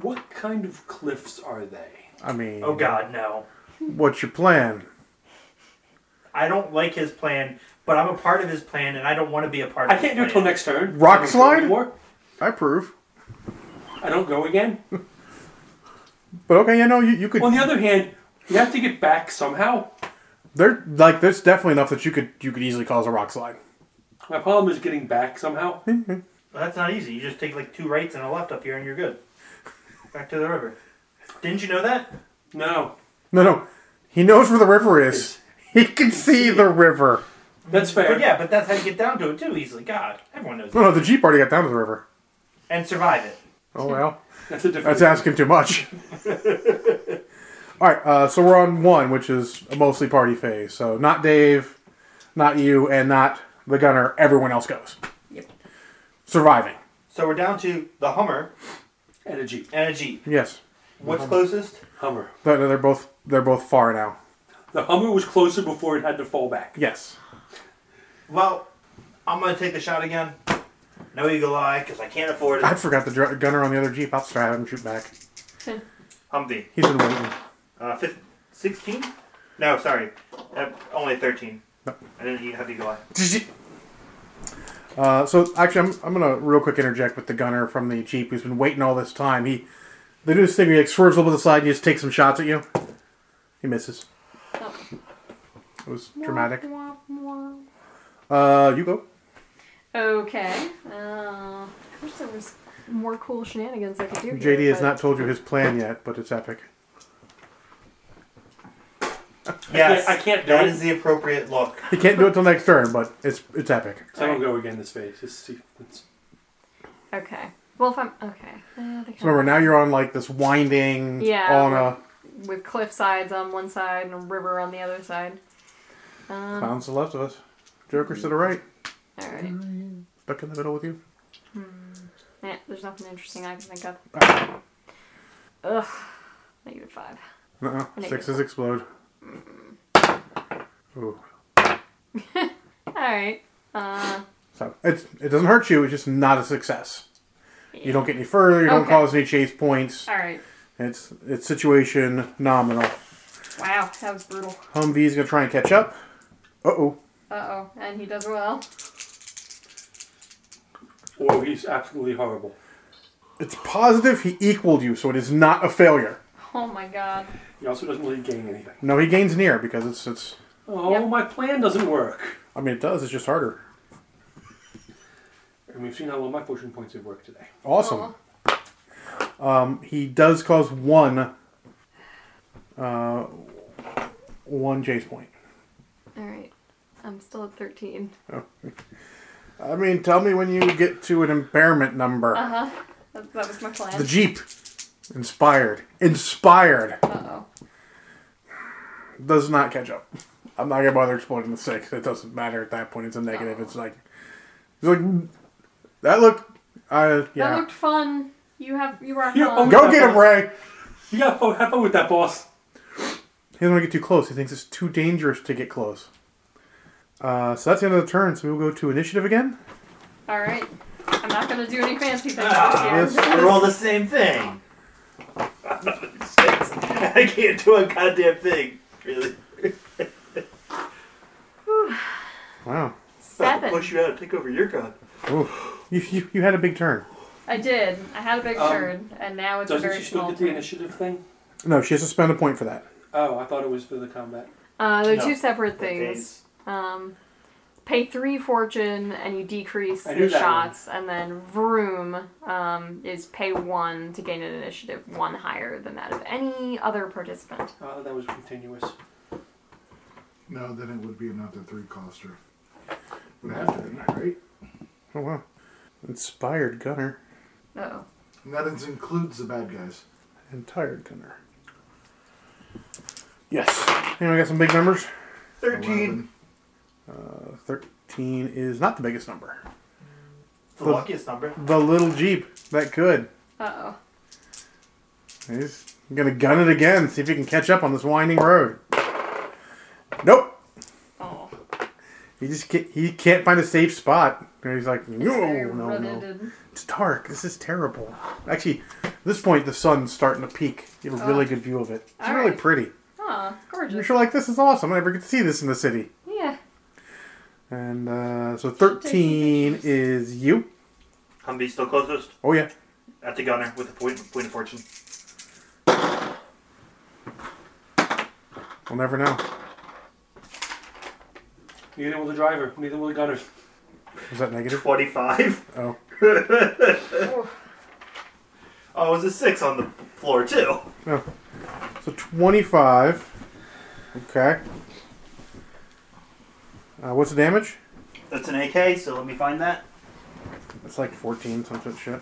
S2: What kind of cliffs are they?
S1: I mean,
S4: Oh God, no!
S1: what's your plan?
S4: I don't like his plan, but I'm a part of his plan, and I don't want to be a part.
S2: I
S4: of his
S2: can't do it
S4: plan.
S2: till next turn.
S1: Rock
S2: I don't go
S1: slide?
S2: anymore.
S1: I approve.
S2: I don't go again.
S1: But okay, you know you, you could.
S2: On the other hand, we have to get back somehow.
S1: There, like there's definitely enough that you could you could easily cause a rock slide.
S2: My problem is getting back somehow.
S4: Well, that's not easy. You just take like two rights and a left up here, and you're good. Back to the river. Didn't you know that?
S2: No,
S1: No, no, he knows where the river is. He can see the river.
S2: that's fair.
S4: But yeah, but that's how you get down to it too easily. God, everyone knows.
S1: No,
S4: That.
S1: no, the jeep already got down to the river.
S4: And survive it.
S1: Oh well,
S2: That's a different.
S1: that's asking too much. All right, uh, so we're on one, which is a mostly party phase. So not Dave, not you, and not the gunner. Everyone else goes.
S3: Yep.
S1: Surviving.
S4: So we're down to the Hummer
S2: and a Jeep.
S4: and a Jeep.
S1: Yes,
S4: What's closest?
S2: Hummer.
S1: they're, they're both they're both far now.
S2: The Hummer was closer before it had to fall back.
S1: Yes.
S4: Well, I'm gonna take the shot again. No eagle eye, because I can't afford
S1: I
S4: it.
S1: forgot the dr- gunner on the other jeep. I'll try and shoot back.
S4: Humvee.
S1: He's been waiting.
S4: Uh, fif- 16? No, sorry. Uh, only 13. I didn't eat heavy guy.
S1: Uh, so actually, I'm, I'm gonna real quick interject with the gunner from the jeep who's been waiting all this time. He they do this thing where he like, swerves a little to the side and he just takes some shots at you. He misses. It was dramatic. Uh, you go.
S3: Okay. Uh, I wish there was more cool shenanigans I could do. here,
S1: JD has
S3: but-
S1: not told you his plan yet, but it's epic.
S4: Yes,
S2: I can't do
S4: That
S2: it.
S4: is the appropriate look.
S1: He can't do it till next turn, but it's it's epic.
S2: So I don't go again this phase. It's, it's,
S3: Okay. Well, if I'm okay, uh, they
S1: So remember, now you're on like this winding
S3: Yeah. Uh-huh.
S1: on a
S3: kinda- with cliff sides on one side and a river on the other side. Um,
S1: clowns to the left of us, jokers to the right,
S3: alrighty.
S1: stuck in the middle with you.
S3: Yeah, there's nothing interesting I can think of. Ugh. Negative five.
S1: Uh-uh.
S3: Negative.
S1: Sixes explode. Ooh.
S3: All right. Uh,
S1: So it's, it doesn't hurt you. It's just not a success. You don't get any further. You don't
S3: Okay.
S1: cause any chase points.
S3: all right.
S1: It's it's situation nominal.
S3: Wow, that was brutal.
S1: Humvee's gonna try and catch up. Uh oh.
S3: Uh oh, and he does well.
S2: oh, he's absolutely horrible.
S1: It's positive. He equaled you, so it is not a failure.
S3: Oh my god.
S2: He also doesn't really gain anything.
S1: No, he gains near because it's it's.
S2: Oh,
S3: Yep.
S2: my plan doesn't work.
S1: I mean, it does. It's just harder.
S2: And we've seen how well my fortune points have worked today.
S1: Awesome. Um, he does cause one. Uh, one chase point.
S3: All right. I'm still at 13.
S1: I mean, tell me when you get to an impairment number.
S3: Uh huh. That, that was my plan.
S1: The Jeep. Inspired. Inspired.
S3: Uh oh.
S1: Does not catch up. I'm not gonna bother explaining the six. It doesn't matter at that point. It's a negative. It's like it's like that looked uh
S3: That
S1: yeah.
S3: looked fun. You have you were on
S2: Yeah,
S3: fun.
S2: oh,
S1: Go get him, Ray!
S2: You gotta fo- have fun with that, boss.
S1: He doesn't want to get too close. He thinks it's too dangerous to get close. Uh, so that's the end of the turn, so we'll go to initiative again.
S3: All right. I'm not gonna do any fancy things
S2: Ah,
S1: Yes.
S3: this year.
S4: They're all the same thing. I can't do a goddamn thing. Really?
S1: Wow.
S3: Seven.
S4: Push you out and take over your gun.
S1: You, you, you had a big turn.
S3: I did. I had a big
S2: Um,
S3: turn, and now it's a
S2: Doesn't
S3: very
S2: she still
S3: small
S2: get the
S3: turn.
S2: initiative thing?
S1: No, she has to spend a point for that.
S2: Oh, I thought it was for the combat.
S3: Uh, they're
S4: No.
S3: two separate things. Um, pay three fortune, and you decrease
S2: I knew
S3: the
S2: that one.
S3: shots, and then vroom um, is pay one to gain an initiative one higher than that of any other participant.
S2: Oh, that was continuous.
S5: No, then it would be another three coster. Would have to be, right?
S1: Oh wow. Inspired gunner.
S3: Oh,
S5: And that is- includes the bad guys.
S1: and tired gunner. Yes. Anyone got some big numbers?
S4: 13.
S1: 13 is not the biggest number.
S4: It's the luckiest number.
S1: The little Jeep that could.
S3: uh oh.
S1: He's gonna gun it again, see if he can catch up on this winding road. Nope.
S3: Oh.
S1: He just can't, he can't find a safe spot. And he's like, no, no, no.
S3: Rooted.
S1: It's dark. This is terrible. Actually, at this point, the sun's starting to peak. You have a really good view of it. It's
S3: Oh. All
S1: really
S3: right.
S1: pretty.
S3: Aw,
S1: You're
S3: gorgeous.
S1: sure like, this is awesome. I never get to see this in the city.
S3: Yeah.
S1: And uh, so
S3: some
S1: 13
S3: pictures.
S1: is you.
S4: Humvee's still closest.
S1: Oh, yeah.
S4: At the gunner with a point, point of fortune.
S1: We'll never know.
S2: Neither will the driver. Neither will the gunner.
S1: Is that negative?
S4: 25.
S1: Oh.
S4: Oh, it was a 6 on the floor, too.
S1: So 25. Okay. Uh, what's the damage?
S4: That's an AK, so let me find that.
S1: It's like 14, some such shit.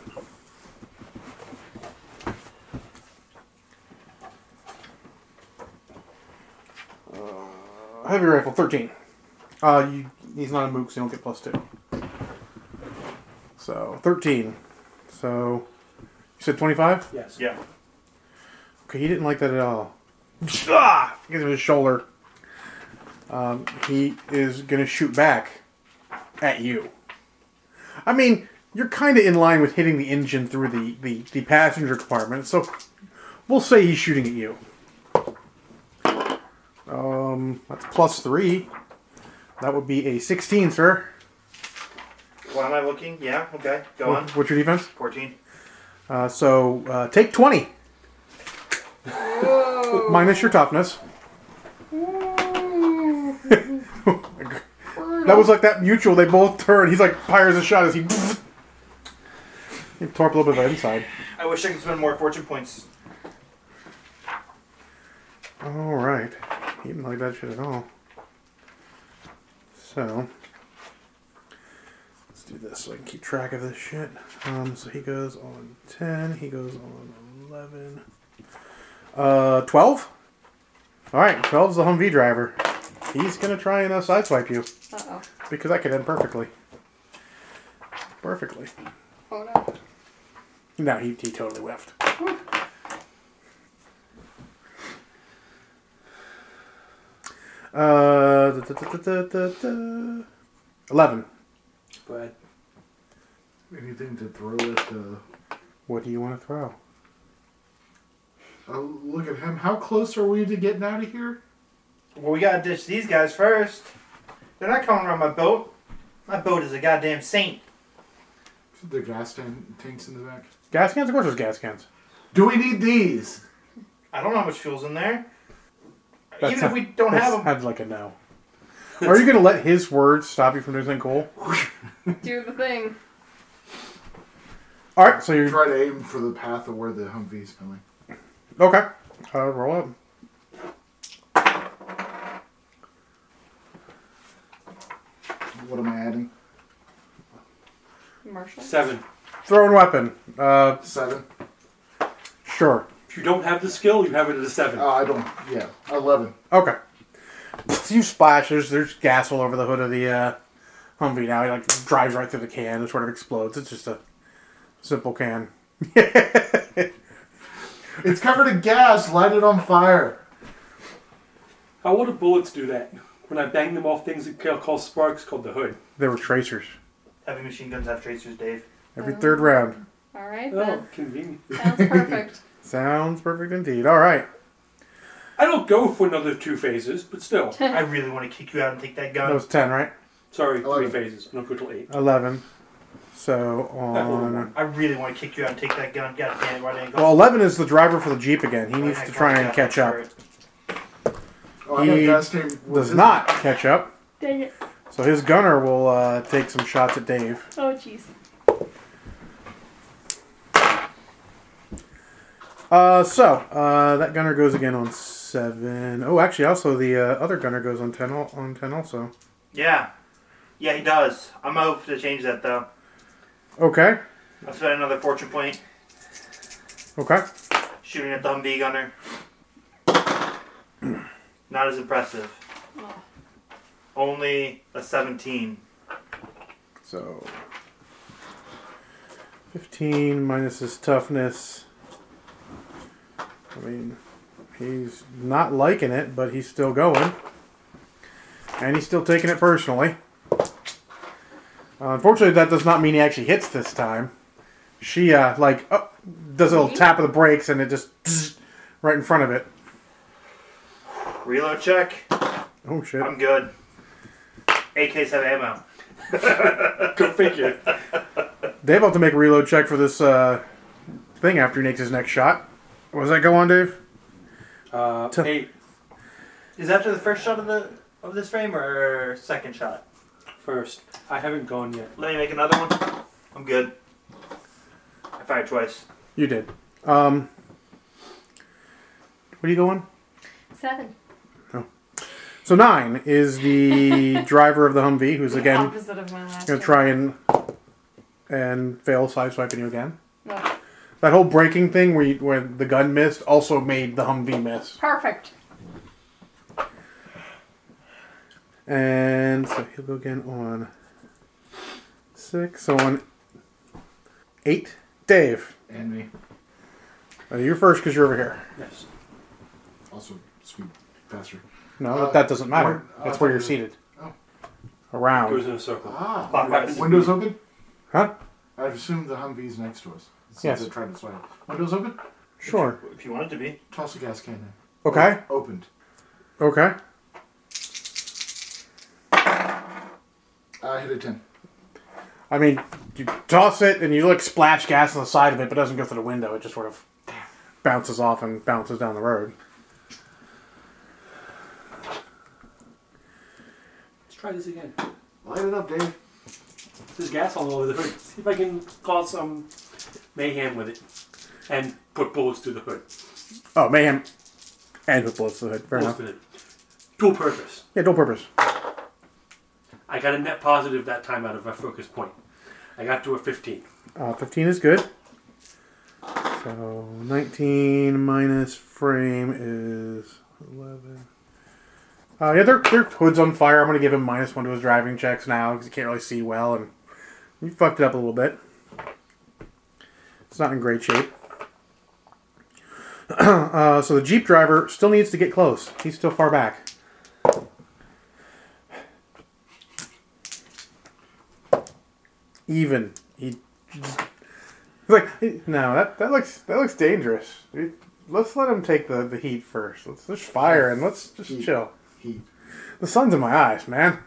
S1: Uh, heavy rifle, 13. Uh, you, he's not a mook, so you don't get plus 2. So, 13. So, you said 25?
S2: Yes.
S4: Yeah.
S1: Okay, he didn't like that at all. Ah! Gives him his shoulder. Um, he is gonna shoot back at you. I mean, you're kind of in line with hitting the engine through the, the, the passenger compartment, so we'll say he's shooting at you. Um, that's plus three. That would be a 16, sir.
S4: Why am I looking? Yeah, okay. Go on.
S1: What- What's your defense?
S4: 14.
S1: Uh, so uh, take 20. Minus your toughness. that was like that mutual. They both turn. He's like fires a shot as he. he tore up a little bit of the inside.
S4: I wish I could spend more fortune points.
S1: All right. He didn't like that shit at all. So let's do this so I can keep track of this shit. Um, so he goes on ten. He goes on eleven. Uh, twelve. All right, 12's the Humvee driver. He's gonna try and uh, sideswipe you
S3: Uh oh.
S1: because that could end perfectly. Perfectly.
S3: Oh no.
S1: No, he, he totally whiffed. Uh, da, da, da, da, da, da. 11.
S2: But
S5: Anything to throw at the.
S1: What do you want to throw?
S5: Oh, look at him. How close are we to getting out of here?
S4: Well, we gotta ditch these guys first. They're not coming around my boat. My boat is a goddamn saint.
S5: The gas tan- tanks in the back.
S1: Gas cans? Of course there's gas cans.
S5: Do we need these?
S4: I don't know how much fuel's in there.
S1: That's
S4: Even
S1: not-
S4: if we don't
S1: That
S4: have them.
S1: sounds like a no. Are you going to let his words stop you from doing something cool?
S3: Do the thing.
S1: All right, so you're...
S5: Try to aim for the path of where the Humvee's going.
S1: Okay. Uh, roll up.
S5: What am I adding?
S3: Marshall.
S2: seven.
S1: Throwing weapon. Uh,
S5: Seven.
S1: sure.
S2: If you don't have the skill, you have it at a seven.
S5: Oh, I don't. Yeah, eleven.
S1: Okay. A few splashes. There's gas all over the hood of the uh, Humvee now. He like drives right through the can and sort of explodes. It's just a simple can.
S5: It's covered in gas. Light it on fire.
S2: How will the bullets do that? When I bang them off things that ca- cause sparks called the hood.
S1: They were tracers.
S4: Heavy machine guns have tracers, Dave.
S1: Every
S3: Oh.
S1: third round.
S3: Alright
S2: Oh,
S3: then.
S2: convenient.
S3: Sounds perfect.
S1: Sounds perfect indeed. All right.
S2: I don't go for another two phases, but still.
S4: I really want to kick you out and take that
S1: That
S4: gun.
S1: was 10, right?
S2: Sorry,
S5: Eleven.
S2: three phases. I don't go till eight.
S1: 11. So
S2: That little
S1: on.
S2: one.
S4: I really want to kick you out and take that gun. God damn it, why didn't I go?
S1: Well, 11 is the driver for the Jeep again. He needs
S4: I
S1: to
S4: got
S1: try and
S4: that
S1: catch
S4: one
S1: up.
S4: for it.
S5: Oh, I got
S1: He
S5: gas tank. with
S1: Does
S5: his-
S1: not catch up.
S3: Dang it.
S1: So his gunner will uh, take some shots at Dave.
S3: Oh jeez.
S1: Uh, so uh, that gunner goes again on seven. Oh, actually, also the uh, other gunner goes on ten. al- On ten, also.
S4: Yeah. Yeah, he does. I'm hoping to change that, though.
S1: Okay.
S4: I'll spend another fortune point
S1: Okay.
S4: shooting at the Humvee gunner. Not as impressive.
S3: Oh.
S4: Only a 17.
S1: So. Fifteen minus his toughness. I mean, he's not liking it, but he's still going. and he's still taking it personally. Uh, unfortunately, that does not mean he actually hits this time. She uh, like uh, does a little tap of the brakes, and it just right in front of it.
S4: Reload check.
S1: Oh shit!
S4: I'm good. AKs have ammo.
S2: Go figure.
S1: Dave will have to make a reload check for this uh, thing after he makes his next shot. What does that go on, Dave?
S2: Uh,
S1: Tough.
S2: eight.
S4: Is that after the first shot of the of this frame or second shot?
S2: First. I haven't gone yet.
S4: Let me make another one. I'm good. I fired twice.
S1: You did. Um, what do you go on?
S3: Seven.
S1: So nine is the driver of the Humvee, who's again
S3: Opposite of my last.
S1: gonna
S3: one.
S1: try and and fail side swiping you again.
S3: No.
S1: That whole braking thing where, you, where the gun missed also made the Humvee miss.
S3: Perfect.
S1: And so he'll go again on six. So on eight, Dave,
S5: And me.
S1: uh, you're first because you're over here.
S2: Yes.
S5: Also, sweet bastard.
S1: No,
S5: Uh,
S1: but that doesn't matter.
S5: where-
S1: That's
S5: uh,
S1: where you're seated.
S5: Oh.
S2: Goes
S1: Around.
S2: in a circle.
S5: Ah.
S4: Clockwise.
S5: Windows open?
S1: Huh?
S5: I assume the Humvee's next to us. Since
S1: Yes.
S5: I tried to swipe. Windows open?
S1: Sure.
S4: If you want it to be.
S5: Toss a gas can in.
S1: Okay.
S5: Opened.
S1: Okay.
S5: I hit a 10.
S1: I mean, you toss it and you like splash gas on the side of it, but it doesn't go through the window. It just sort of bounces off and bounces down the road.
S2: Let's try this again.
S5: Light it up, Dave.
S2: There's gas all over the hood. See if I can cause some mayhem with it. And put bullets through the hood.
S1: Oh, mayhem. And with bullets to the hood. Fair
S2: Bullets
S1: enough.
S2: through it. Dual purpose.
S1: Yeah, dual purpose.
S2: I got a net positive that time out of my focus point. I got to a 15.
S1: Uh, 15 is good. So 19 minus frame is 11. Uh, yeah, their, their hood's on fire. I'm going to give him minus one to his driving checks now because he can't really see well, and you fucked it up a little bit. It's not in great shape. uh, so the Jeep driver still needs to get close. He's still far back. Even he, he's like no that, that looks that looks dangerous. Let's let him take the, the heat first. Let's there's fire and let's just
S5: Heat.
S1: chill.
S5: Heat.
S1: The sun's in my eyes, man.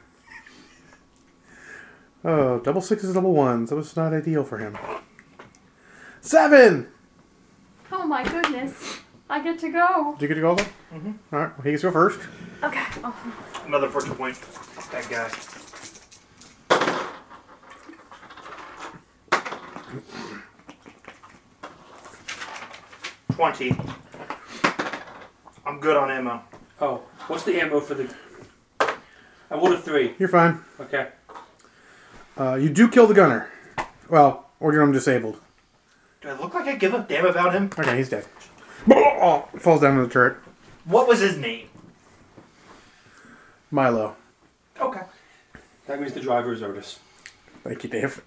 S1: Oh, double sixes, double ones. That was not ideal for him. Seven!
S3: Oh my goodness. I get to go.
S1: Did you get to go though? Mm-hmm. Alright, well, he gets to go first.
S3: Okay. Oh,
S4: Another fortune point. That guy. Twenty. I'm good on ammo.
S2: Oh, what's the ammo for the. I rolled a 3.
S1: You're fine.
S2: Okay.
S1: Uh, you do kill the gunner. Well, or you're disabled.
S4: Do I look like I give a damn about him?
S1: Okay, he's dead. Oh, falls down in the turret.
S4: What was his name?
S1: Milo.
S4: Okay.
S2: That means the driver is Otis.
S1: Thank you, Dave.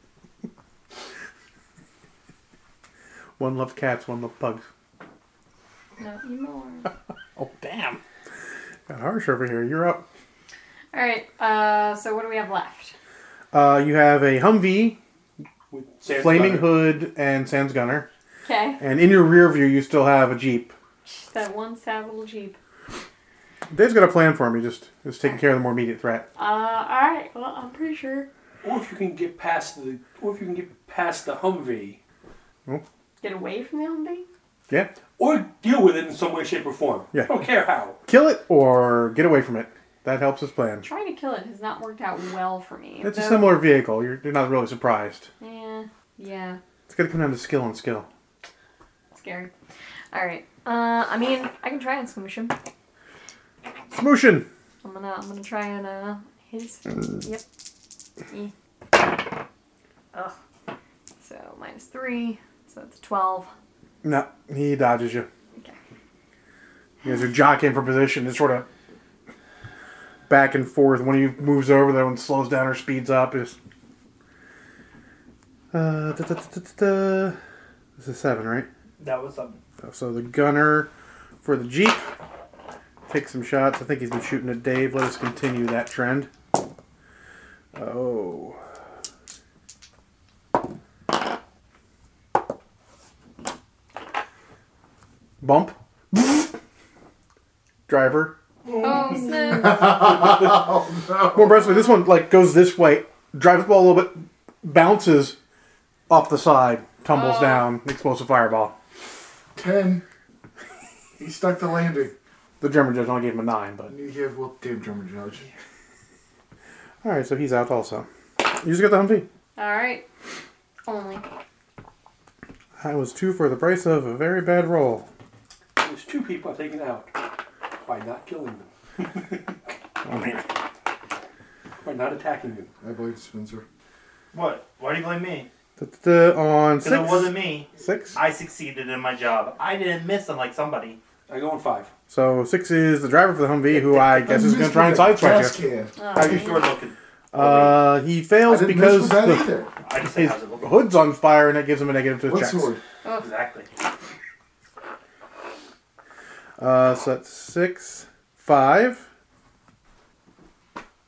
S1: one loved cats, one loved pugs.
S3: not anymore.
S1: Oh, damn. Got harsh over here. You're up.
S3: All right. Uh, so what do we have left?
S1: Uh, you have a Humvee,
S2: With Sam's
S1: Flaming
S2: brother.
S1: Hood, and Sans Gunner.
S3: Okay.
S1: And in your rear view, you still have a Jeep.
S3: That one sad little jeep.
S1: Dave's got a plan for him. He just is taking care of the more immediate threat.
S3: Uh, all right. Well, I'm pretty sure.
S2: Or if you can get past the. Or if you can get past the Humvee.
S3: Get away from the Humvee.
S1: Yeah?
S2: Or deal with it in some way, shape, or form.
S1: Yeah.
S2: I don't care how.
S1: Kill it or get away from it. That helps his plan.
S3: Trying to kill it has not worked out well for me.
S1: It's a
S3: though-
S1: similar vehicle. You're, you're not really surprised.
S3: Yeah. Yeah.
S1: It's going to come down to skill and skill.
S3: Scary. All right. Uh, I mean, I can try and smoosh him.
S1: Smooshin!
S3: I'm gonna, I'm gonna try and uh, hit his. Yep. Eh. Ugh. So minus three. So that's twelve.
S1: No, he dodges you.
S3: Okay.
S1: You guys are jockeying for position. It's sort of back and forth. One of you moves over, the other one slows down or speeds up. Is uh, da, da, da, da, da, da. This is seven, right?
S4: That was something.
S1: So the gunner for the Jeep Take some shots. I think he's been shooting at Dave. Let us continue that trend. Oh. Bump. Driver.
S3: Oh, snap.
S1: More impressively, this one like goes this way, drives the ball a little bit, bounces off the side, tumbles
S3: Oh.
S1: down, explosive fireball.
S5: Ten. He stuck the landing.
S1: The German judge only gave him a nine, but
S5: You gave well, Dave German judge.
S1: all right, so he's out also. You just got the Humvee.
S3: Alright. Only.
S1: I was two for the price of a very bad roll.
S2: There's two people I've taken out by not killing them,
S1: Oh man,
S2: by not attacking them.
S5: I believe Spencer.
S4: What? Why do you blame me?
S1: Da-da-da, on
S4: Because it wasn't
S1: six.
S4: me.
S1: Six.
S4: I succeeded in my job. I didn't miss unlike somebody.
S2: I go on five.
S1: So six is the driver for the Humvee, who I guess is going to try and sideswipe you.
S5: Can.
S4: How you sure looking?
S1: Uh, he
S5: I
S1: fails
S5: didn't because
S1: because
S5: miss with that
S1: the
S5: either.
S4: I just say
S1: his
S4: how's it looking.
S1: hood's on fire, and that gives him a negative to his
S5: What
S1: checks.
S5: sword?
S4: Exactly.
S1: Uh, so that's six, five.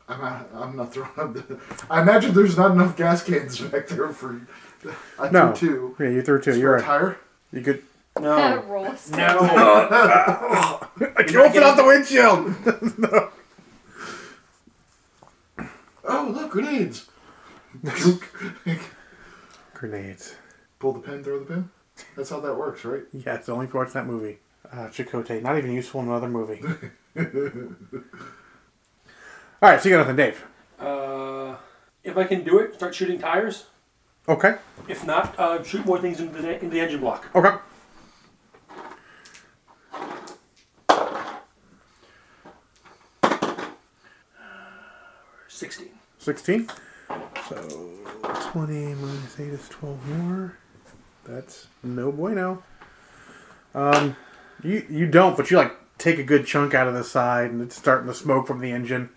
S5: I'm not, I'm not throwing up the. I imagine there's not enough gas cans back there for. I
S1: No.
S5: threw two.
S1: Yeah, you threw two.
S5: Spare
S1: You're right.
S5: tire.
S1: You could.
S2: No.
S3: Roll a snap.
S4: No.
S1: I can open out the windshield.
S5: Oh look, grenades. Gook.
S1: Grenades.
S5: Pull the pin, throw the pin. That's how that works, right?
S1: Yeah, it's only if you watch that movie. Uh, Chakotay, not even useful in another movie. All right, so you got nothing, Dave.
S2: Uh, if I can do it, start shooting tires.
S1: Okay.
S2: If not, uh, shoot more things into the, into the engine block.
S1: Okay.
S2: Sixteen.
S1: 16. So 20 minus 8 is 12 more. That's no bueno. Um, you you don't, but you like take a good chunk out of the side, and it's starting to smoke from the engine.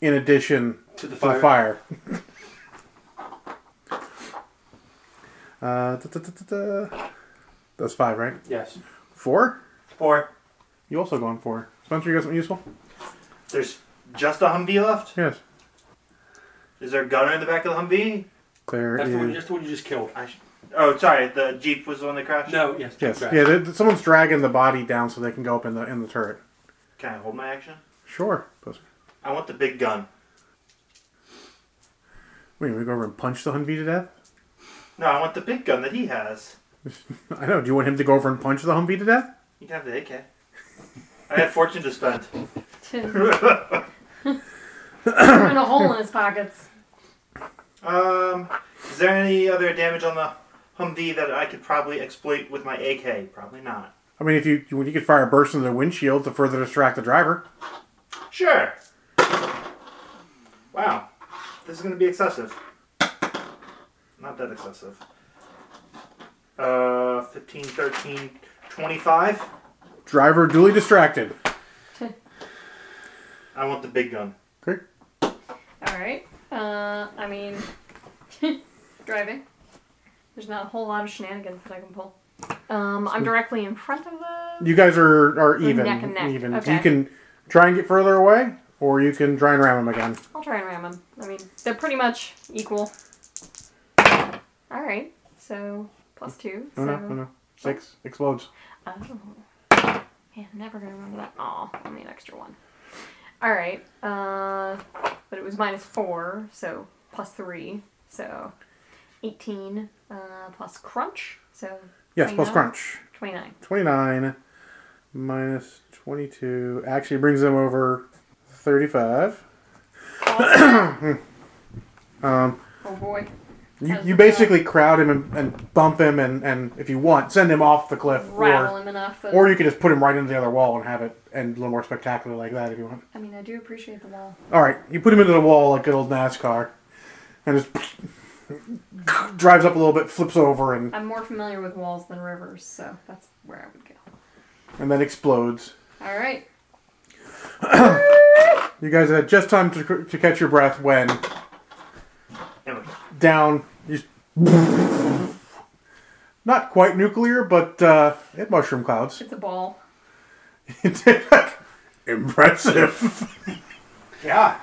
S1: In addition
S2: To the
S1: to the
S2: fire.
S1: fire. Uh, da, da, da, da, da. That's five, right?
S2: Yes.
S1: Four?
S4: Four.
S1: You also going four. Spencer, you got something useful?
S4: There's just a Humvee left.
S1: Yes.
S4: Is there a gunner in the back of the Humvee?
S1: There
S2: That's the one,
S1: is.
S2: just the one you just killed.
S4: I sh- oh, sorry. The Jeep was the one that crashed.
S2: No. Yes.
S1: Yes.
S2: Right.
S1: Yeah, there- someone's dragging the body down so they can go up in the in the turret.
S4: Can I hold my action?
S1: Sure. Pussy.
S4: I want the big gun.
S1: Wait, we go over and punch the Humvee to death?
S4: No, I want the big gun that he has.
S1: I know. Do you want him to go over and punch the Humvee to death?
S4: You can have the AK. I have fortune to spend.
S3: Put a hole in his pockets.
S4: Um, is there any other damage on the Humvee that I could probably exploit with my AK? Probably not.
S1: I mean, if you you- you could fire a burst into the windshield to further distract the driver.
S4: Sure. Wow, this is going to be excessive. Not that excessive. Uh, 15, 13, 25.
S1: Driver duly distracted.
S4: I want the big gun.
S1: Okay.
S3: Alright. Uh, I mean, driving. There's not a whole lot of shenanigans that I can pull. Um, I'm directly in front of the.
S1: You guys are are
S3: We're
S1: even.
S3: neck and neck.
S1: Even. So
S3: Okay.
S1: you can try and get further away, or you can try and ram him again.
S3: I'll try and ram him. I mean, they're pretty much equal. Alright, so plus two.
S1: No,
S3: So.
S1: Oh, no, no, no. Six explodes.
S3: Oh. Man, I'm never gonna remember that. Aw, only an extra one. Alright, uh, but it was minus four, so plus three, so 18, uh, plus crunch, so
S1: Yes, plus
S3: 29.
S1: crunch.
S3: 29.
S1: Twenty nine minus twenty two actually brings them over thirty five. Um,
S3: oh boy.
S1: You,
S3: How's
S1: you
S3: it
S1: basically crowd him and, and bump him and, and if you want, send him off the cliff.
S3: Rattle
S1: Or,
S3: him enough. That,
S1: or you could just put him right into the other wall and have it end a little more spectacular like that if you want.
S3: I mean, I do appreciate the wall.
S1: Alright, you put him into the wall like good old NASCAR and just drives up a little bit, flips over and,
S3: I'm more familiar with walls than rivers, so that's where I would go.
S1: and then explodes.
S3: Alright.
S1: You guys had just time to, to catch your breath when
S4: Anyway,
S1: down. You not quite nuclear, but uh, it mushroom clouds.
S3: It's a ball.
S1: it impressive.
S4: Yeah.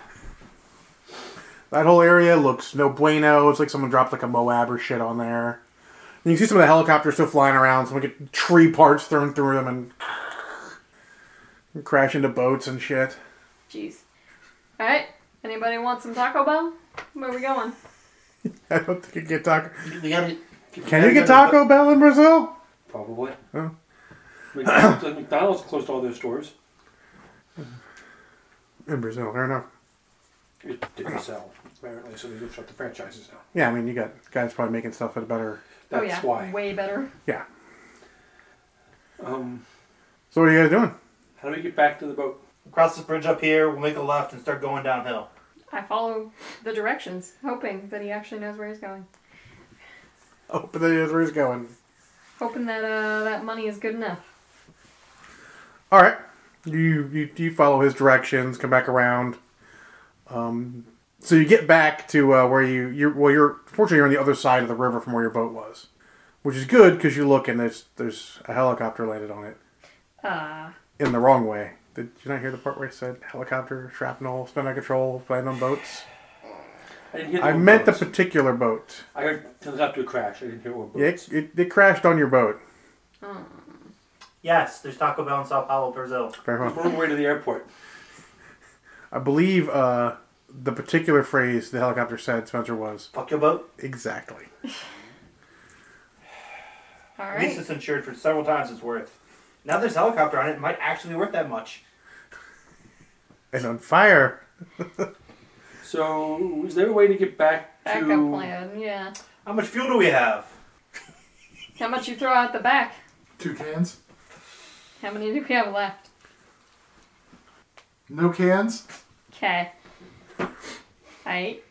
S1: That whole area looks no bueno. It's like someone dropped like a Moab or shit on there. And you can see some of the helicopters still flying around. Someone get tree parts thrown through them and, and crash into boats and shit.
S3: Jeez. All right. Anybody want some Taco Bell? Where we going?
S1: I don't think you can get Taco.
S4: We got it.
S1: Can you Oh. get Taco Bell in Brazil?
S2: Probably.
S1: Huh?
S2: McDonald's McDonald's closed all their stores.
S1: In Brazil, fair enough.
S2: It didn't sell, apparently, so they just shut the franchises down.
S1: Yeah, I mean, you got guys probably making stuff at a better.
S2: That's
S3: oh yeah,
S2: why.
S3: way better.
S1: Yeah.
S2: Um,
S1: So what are you guys doing?
S2: how do we get back to the boat?
S4: Cross this bridge up here. We'll make a left and start going downhill.
S3: I follow the directions, hoping that he actually knows where he's going.
S1: Oh, but that's where he's going.
S3: Hoping that uh, that money is good enough.
S1: All right. You, you you follow his directions. Come back around. Um, so you get back to uh, where you you well you're fortunately you're on the other side of the river from where your boat was, which is good because you look and there's there's a helicopter landed on it
S3: Uh,
S1: in the wrong way. Did you not hear the part where it said helicopter shrapnel spin out of control land on boats?
S2: I didn't hear the
S1: I
S2: word
S1: meant the
S2: boats.
S1: particular boat.
S2: I heard helicopter crash. I didn't hear what
S1: Yeah,
S2: boats.
S1: it, it, it crashed on your boat.
S4: Yes, there's Taco Bell in Sao Paulo, Brazil.
S1: Very well.
S2: We're on the way to the airport.
S1: I believe uh, the particular phrase the helicopter said, Spencer, was
S4: Fuck your boat.
S1: exactly.
S3: all
S4: At least
S3: right.
S4: it's insured for several times its worth. Now there's a helicopter on it. It might actually be worth that much.
S1: And on fire.
S2: So, is there a way to get back to?
S3: Backup plan. Yeah.
S4: How much fuel do we have?
S3: How much you throw out the back?
S5: Two cans?
S3: How many do we have left?
S5: No cans?
S3: Okay. Right.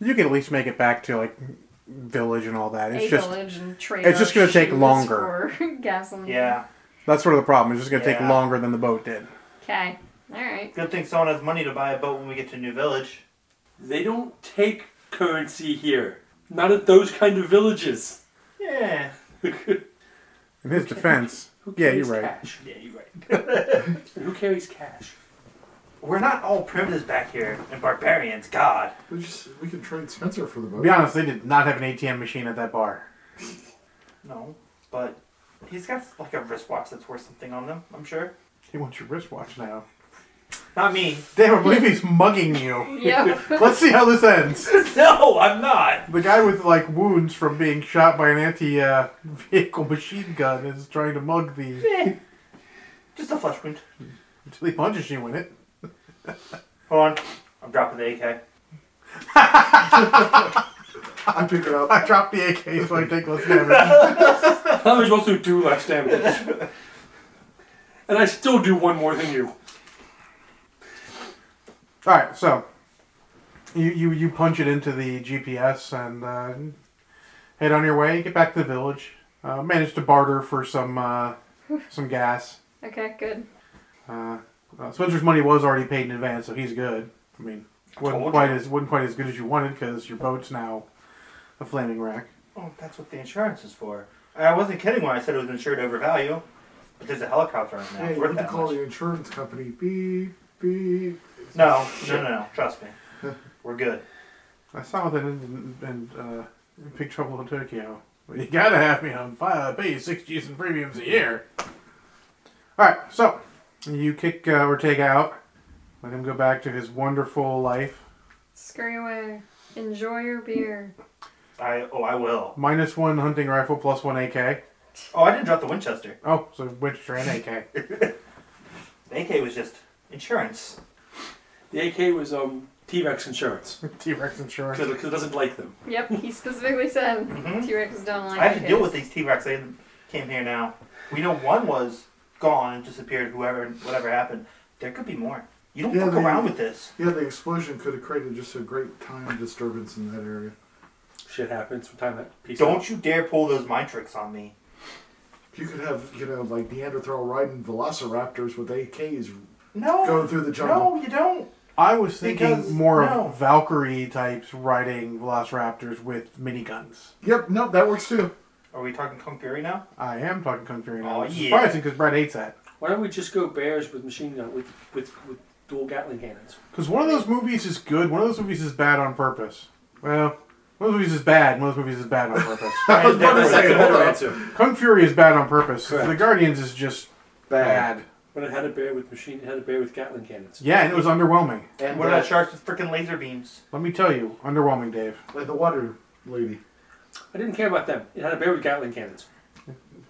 S1: You can at least make it back to like village and all that. It's
S3: A
S1: just
S3: village and trade.
S1: it's just gonna
S3: our
S1: take
S3: shoes
S1: longer.
S3: For gasoline.
S4: Yeah.
S1: that's sort of the problem. It's just gonna take
S4: Yeah.
S1: longer than the boat did.
S3: Okay. All right.
S4: Good thing someone has money to buy a boat when we get to New Village.
S2: They don't take currency here. Not at those kind of villages.
S4: Yeah.
S1: In his defense,
S2: Who
S1: yeah, you're
S2: carries
S1: right.
S2: Cash?
S4: Yeah, you're right.
S2: And who carries cash?
S4: We're not all primitives back here and barbarians. God.
S5: We just we can trade Spencer for the
S1: To
S5: boat.
S1: be honest, they did not have an ATM machine at that bar.
S4: No, but he's got like a wristwatch that's worth something on them. I'm sure.
S1: He wants your wristwatch now.
S4: Not me.
S1: Damn, I believe he's mugging you.
S3: Yep.
S1: Let's see how this ends.
S4: No, I'm not.
S1: The guy with like wounds from being shot by an anti-vehicle machine gun is trying to mug the
S4: Eh, Just a flesh wound.
S1: until he punches you in it.
S4: Hold on. I'm dropping the AK.
S5: I pick it up.
S1: I dropped the AK, so I take less damage.
S2: How am I supposed to do less damage? and I still do one more than you.
S1: All right, so you you you punch it into the GPS and uh, head on your way. Get back to the village. Uh, manage to barter for some uh, some gas.
S3: okay. Good.
S1: Uh, uh, Spencer's money was already paid in advance, so he's good. I mean, wasn't
S4: Told
S1: quite as wasn't quite as good as you wanted because your boat's now a flaming wreck.
S4: Oh, that's what the insurance is for. I wasn't kidding when I said it was insured over value. But there's a helicopter on that.
S5: Hey,
S4: It's
S5: you
S4: worth
S5: have to
S4: that
S5: call
S4: much.
S5: the insurance company. Beep, beep.
S4: No, no, no, no. Trust me. We're good.
S1: I saw that in, in uh, Big Trouble in Tokyo. Well, you gotta have me on file. I pay you six G's in premiums a year. Alright, so you kick uh, Ortega out. Let him go back to his wonderful life.
S3: Scurry away. Enjoy your beer.
S4: I oh I will.
S1: Minus one hunting rifle, plus one AK.
S4: Oh, I didn't drop the Winchester.
S1: Oh, so Winchester and AK.
S4: The AK was just insurance.
S2: The AK was um, T-Rex insurance
S1: T Rex insurance.
S2: because it doesn't like them.
S3: Yep. He specifically said
S4: Mhm.
S3: T-Rexes don't like.
S4: I have to
S3: it.
S4: deal with these T Rex. They came here now. We know one was gone and disappeared. Whoever, whatever happened. There could be more. You don't
S5: Yeah,
S4: fuck
S5: they-
S4: around with this.
S5: Yeah, the explosion could have created just a great time disturbance in that area.
S2: Shit happens from time that piece.
S4: Don't you dare pull those mind tricks on me.
S5: You could have, you know, like Neanderthal riding velociraptors with AKs
S4: No.
S5: going through the jungle.
S4: no, you don't.
S1: I was thinking
S4: Because-
S1: more
S4: no.
S1: of Valkyrie types riding Velociraptors with miniguns.
S5: Yep, no, that works too.
S4: Are we talking Kung Fury now?
S1: I am talking Kung Fury now.
S4: Oh,
S1: which is
S4: yeah.
S1: surprising because Brett hates that.
S2: Why don't we just go bears with machine gun with with, with dual Gatling cannons?
S1: Because one of those movies is good, one of those movies is bad on purpose. Well, one of those movies is bad, one of those movies is bad on purpose.
S5: I was about to
S6: That's
S5: say,
S6: a
S5: hold
S6: better
S5: on.
S6: answer.
S1: Kung Fury is bad on purpose.
S2: Correct.
S1: The Guardians is just bad.
S2: But it had a bear with machine. It had a bear with Gatling cannons.
S1: Yeah, and it was underwhelming.
S6: And
S4: what
S6: uh,
S4: about sharks with freaking laser beams?
S1: Let me tell you, underwhelming, Dave.
S5: Like the water lady.
S2: I didn't care about them. It had a bear with Gatling cannons.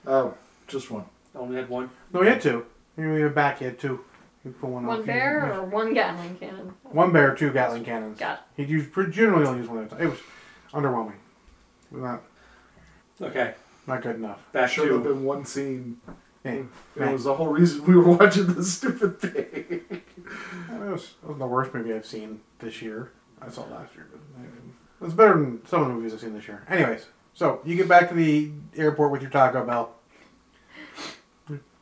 S5: Oh, just one.
S2: I only had one.
S1: No, we had two. Here we have back, he had two. He put one,
S3: One
S1: on.
S3: bear or one Gatling cannon?
S1: One bear, two Gatling cannons.
S3: Got it.
S1: He'd use, pretty- generally only use one at a time. It was underwhelming. Not,
S2: Okay,
S1: not good enough.
S2: back
S5: Should have
S2: to
S5: been one scene.
S1: Hey,
S5: It was the whole reason we were watching this stupid thing.
S1: that, was, that was the worst movie I've seen this year. I saw it last year, but it was better than some of the movies I've seen this year. Anyways, so you get back to the airport with your Taco Bell.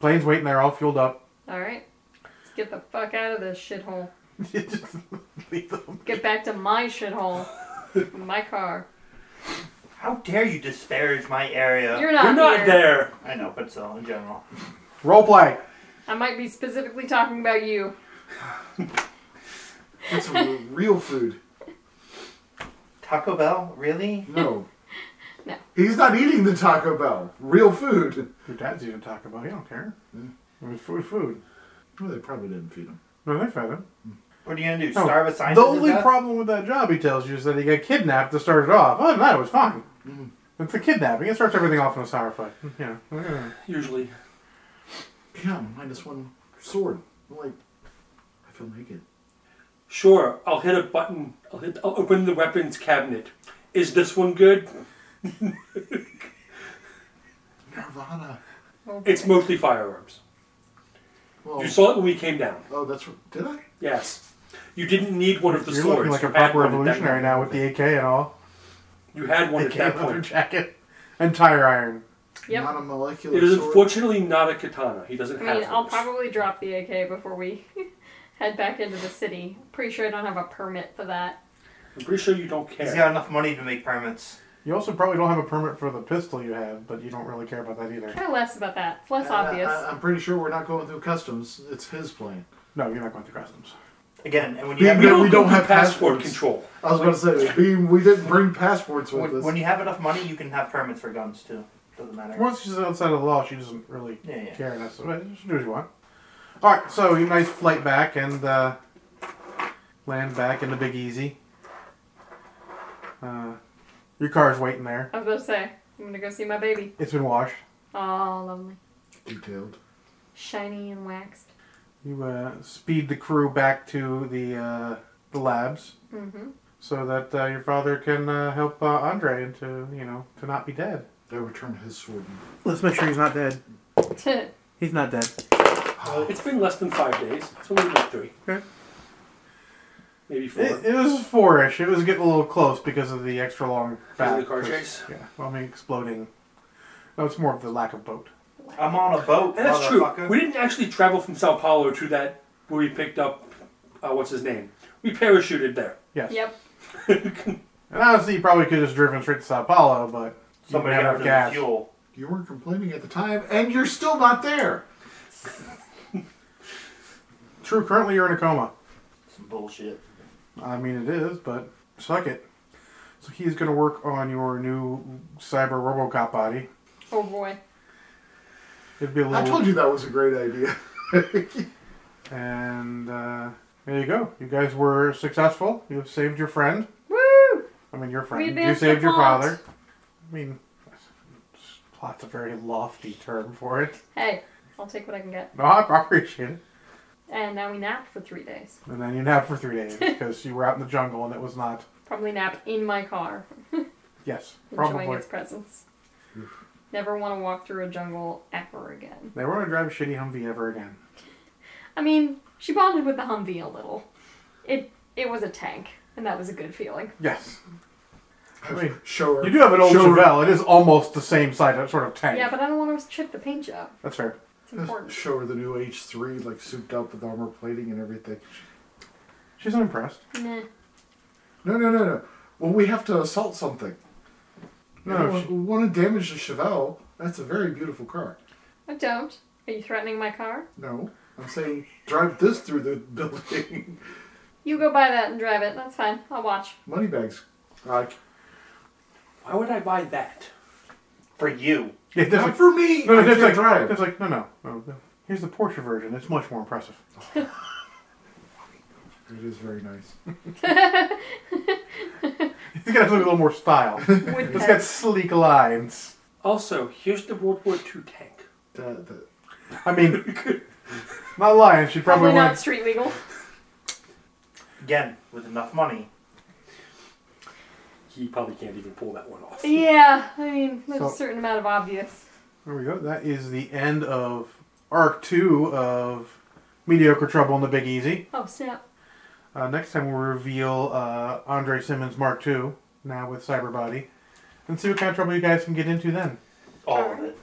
S1: Plane's waiting there, all fueled up.
S3: Alright. Let's get the fuck out of this shithole.
S1: Just leave them.
S3: Get back to my shithole. my car.
S4: How dare you disparage my area?
S3: You're not,
S2: You're not
S3: here.
S2: there.
S4: I know, but still, in general.
S1: Role play.
S3: I might be specifically talking about you.
S5: It's real food.
S4: Taco Bell, really?
S5: No.
S3: No.
S5: He's not eating the Taco Bell. Real food.
S1: Your dad's even talking about. He don't care.
S4: Hmm.
S1: It was food, food.
S5: Well, they probably didn't feed him.
S1: No, they fed him.
S4: What are you gonna do?
S1: No,
S4: Starve a scientist?
S1: the
S4: to
S1: only
S4: death?
S1: problem with that job, he tells you, is that he got kidnapped to start it off. Other than that, it was fine.
S4: Hmm.
S1: It's the kidnapping. It starts everything off on a sour foot. Yeah.
S2: Usually,
S5: Yeah, minus one sword. I'm like, I feel naked.
S2: sure. I'll hit a button. I'll hit. I'll open the weapons cabinet. Is this one good?
S5: Nirvana.
S2: It's mostly firearms.
S5: Well,
S3: Oh.
S2: You saw it when we came down.
S5: oh, that's what. Did I?
S2: Yes. You didn't need one of the
S1: You're
S2: swords.
S1: looking like a
S2: You had
S1: proper
S2: one at that
S1: revolutionary now with the AK and all.
S2: moment. You had one at
S1: AK
S2: that
S1: leather
S2: point.
S1: jacket and tire iron.
S3: Yep.
S5: Not a molecular
S2: It is
S5: sword.
S2: unfortunately not a katana. He doesn't
S3: I
S2: have
S3: mean, I'll
S2: those.
S3: probably drop the AK before we head back into the city. Pretty sure I don't have a permit for that.
S2: I'm pretty sure you don't
S4: He's
S2: care.
S4: got enough money to make permits.
S1: You also probably don't have a permit for the pistol you have, but you don't really care about that either.
S3: Care less about that. It's less
S1: Uh,
S5: I- I-
S3: obvious.
S5: I, am pretty sure we're not going through customs. It's his plane.
S1: No, you're not going through customs.
S4: Again, and when
S5: We-
S4: you have
S2: We
S5: Yeah,
S2: don't,
S5: we don't
S2: do
S5: have
S2: passport
S5: passports.
S2: control.
S5: I was about to say, we, we didn't bring passports with
S4: When,
S5: us.
S4: when you have enough money, you can have permits for guns too. Doesn't matter.
S1: Once she's outside of the law, she doesn't really
S4: Yeah, yeah.
S1: care. That's what she do what you want. All right, so you nice flight back and uh, land back in the Big Easy. Uh, your car's waiting there.
S3: I was about to say, I'm gonna go see my baby.
S1: It's been washed.
S3: Oh, lovely.
S5: Detailed.
S3: Shiny and waxed.
S1: You uh, speed the crew back to the uh, the labs
S3: Mm-hmm.
S1: so that uh, your father can uh, help uh, Andre into you know to not be dead.
S5: They returned his sword.
S1: Let's make sure he's not dead. He's not dead.
S2: Uh, it's been less than five days. It's only been three.
S1: Okay.
S2: Maybe
S5: Eh,
S2: four.
S1: It, it was four-ish. It was getting a little close because of the extra long
S2: Because
S1: back.
S2: of the car
S1: 'cause-
S2: chase?
S1: Yeah. Well, I mean, exploding. No, it's more of the lack of boat.
S4: I'm on a boat,
S2: and that's true.
S4: motherfucker.
S2: We didn't actually travel from Sao Paulo to that where we picked up, uh, what's his name? We parachuted there.
S1: Yes.
S3: Yep.
S1: And honestly, you probably could have just driven straight to Sao Paulo, but you
S4: Somebody
S1: didn't
S4: got
S1: have enough
S4: rid of
S1: gas.
S4: the fuel.
S5: You weren't complaining at the time, and you're still not there.
S1: True. Currently, you're in a coma.
S4: Some bullshit.
S1: I mean, it is, but suck it. So he's going to work on your new cyber RoboCop body.
S3: Oh boy.
S1: It'd be a little.
S5: I told you that was a great idea.
S1: And uh, there you go. You guys were successful. You have saved your friend.
S3: Woo!
S1: I mean, your friend. You
S3: advanced
S1: saved
S3: the
S1: your
S3: plot.
S1: father. I mean, plot's a very lofty term for it.
S3: Hey, I'll take what I can get.
S1: No, I I appreciate it.
S3: And now we nap for three days.
S1: And then you nap for three days because you were out in the jungle and it was not.
S3: Probably nap in my car,
S1: Yes,
S3: enjoying
S1: probably.
S3: its presence. Never want to walk through a jungle ever again.
S1: They won't drive a shitty Humvee ever again.
S3: I mean, she bonded with the Humvee a little. It it was a tank, and that was a good feeling.
S1: Yes. I mean,
S5: Show her.
S1: you do have an old
S5: show her,
S1: Chevelle. It is almost the same size, that sort of tank.
S3: Yeah, but I don't want to chip the paint job.
S1: That's fair.
S3: It's important.
S5: show her the new H3, like souped up with armor plating and everything.
S1: She's unimpressed.
S3: Nah.
S5: No, no, no, no. Well, we have to assault something.
S1: No,
S5: No, we
S1: she-
S5: want to damage the Chevelle. That's a very beautiful car.
S3: I don't. Are you threatening my car?
S5: No, I'm saying drive this through the building.
S3: You go buy that and drive it. That's fine. I'll watch.
S5: Money bags. Uh,
S2: Why would I buy that?
S4: for you.
S1: Yeah, that's
S5: not
S1: like,
S5: for me.
S1: no, no,
S5: I
S1: that's like,
S5: can't drive.
S1: that's like, no, no, no, no. Here's the Porsche version. It's much more impressive.
S5: It is very nice.
S1: It's got a little more style.
S3: Would
S1: It's got sleek lines.
S2: Also, here's the World War II tank.
S5: That, that,
S1: I mean, not lying. She probably
S3: probably not
S1: wants.
S3: street legal.
S4: Again, with enough money.
S2: He probably can't even pull that one off.
S3: Yeah, I mean, there's
S1: So-
S3: a certain amount of obvious.
S1: There we go. That is the end of arc two of mediocre trouble in the Big Easy.
S3: Oh snap!
S1: Uh, next time we'll reveal uh, Andre Simmons Mark II, now with Cyberbody, and see what kind of trouble you guys can get into then.
S4: All of it.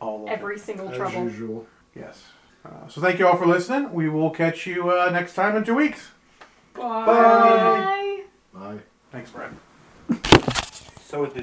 S1: All of it.
S3: Every single
S5: as
S3: trouble.
S5: usual.
S1: Yes. Uh, so thank you all for listening. We will catch you uh, next time in two weeks.
S2: Bye.
S5: Bye.
S3: Bye.
S5: Bye.
S1: Thanks, Brad.
S4: So with the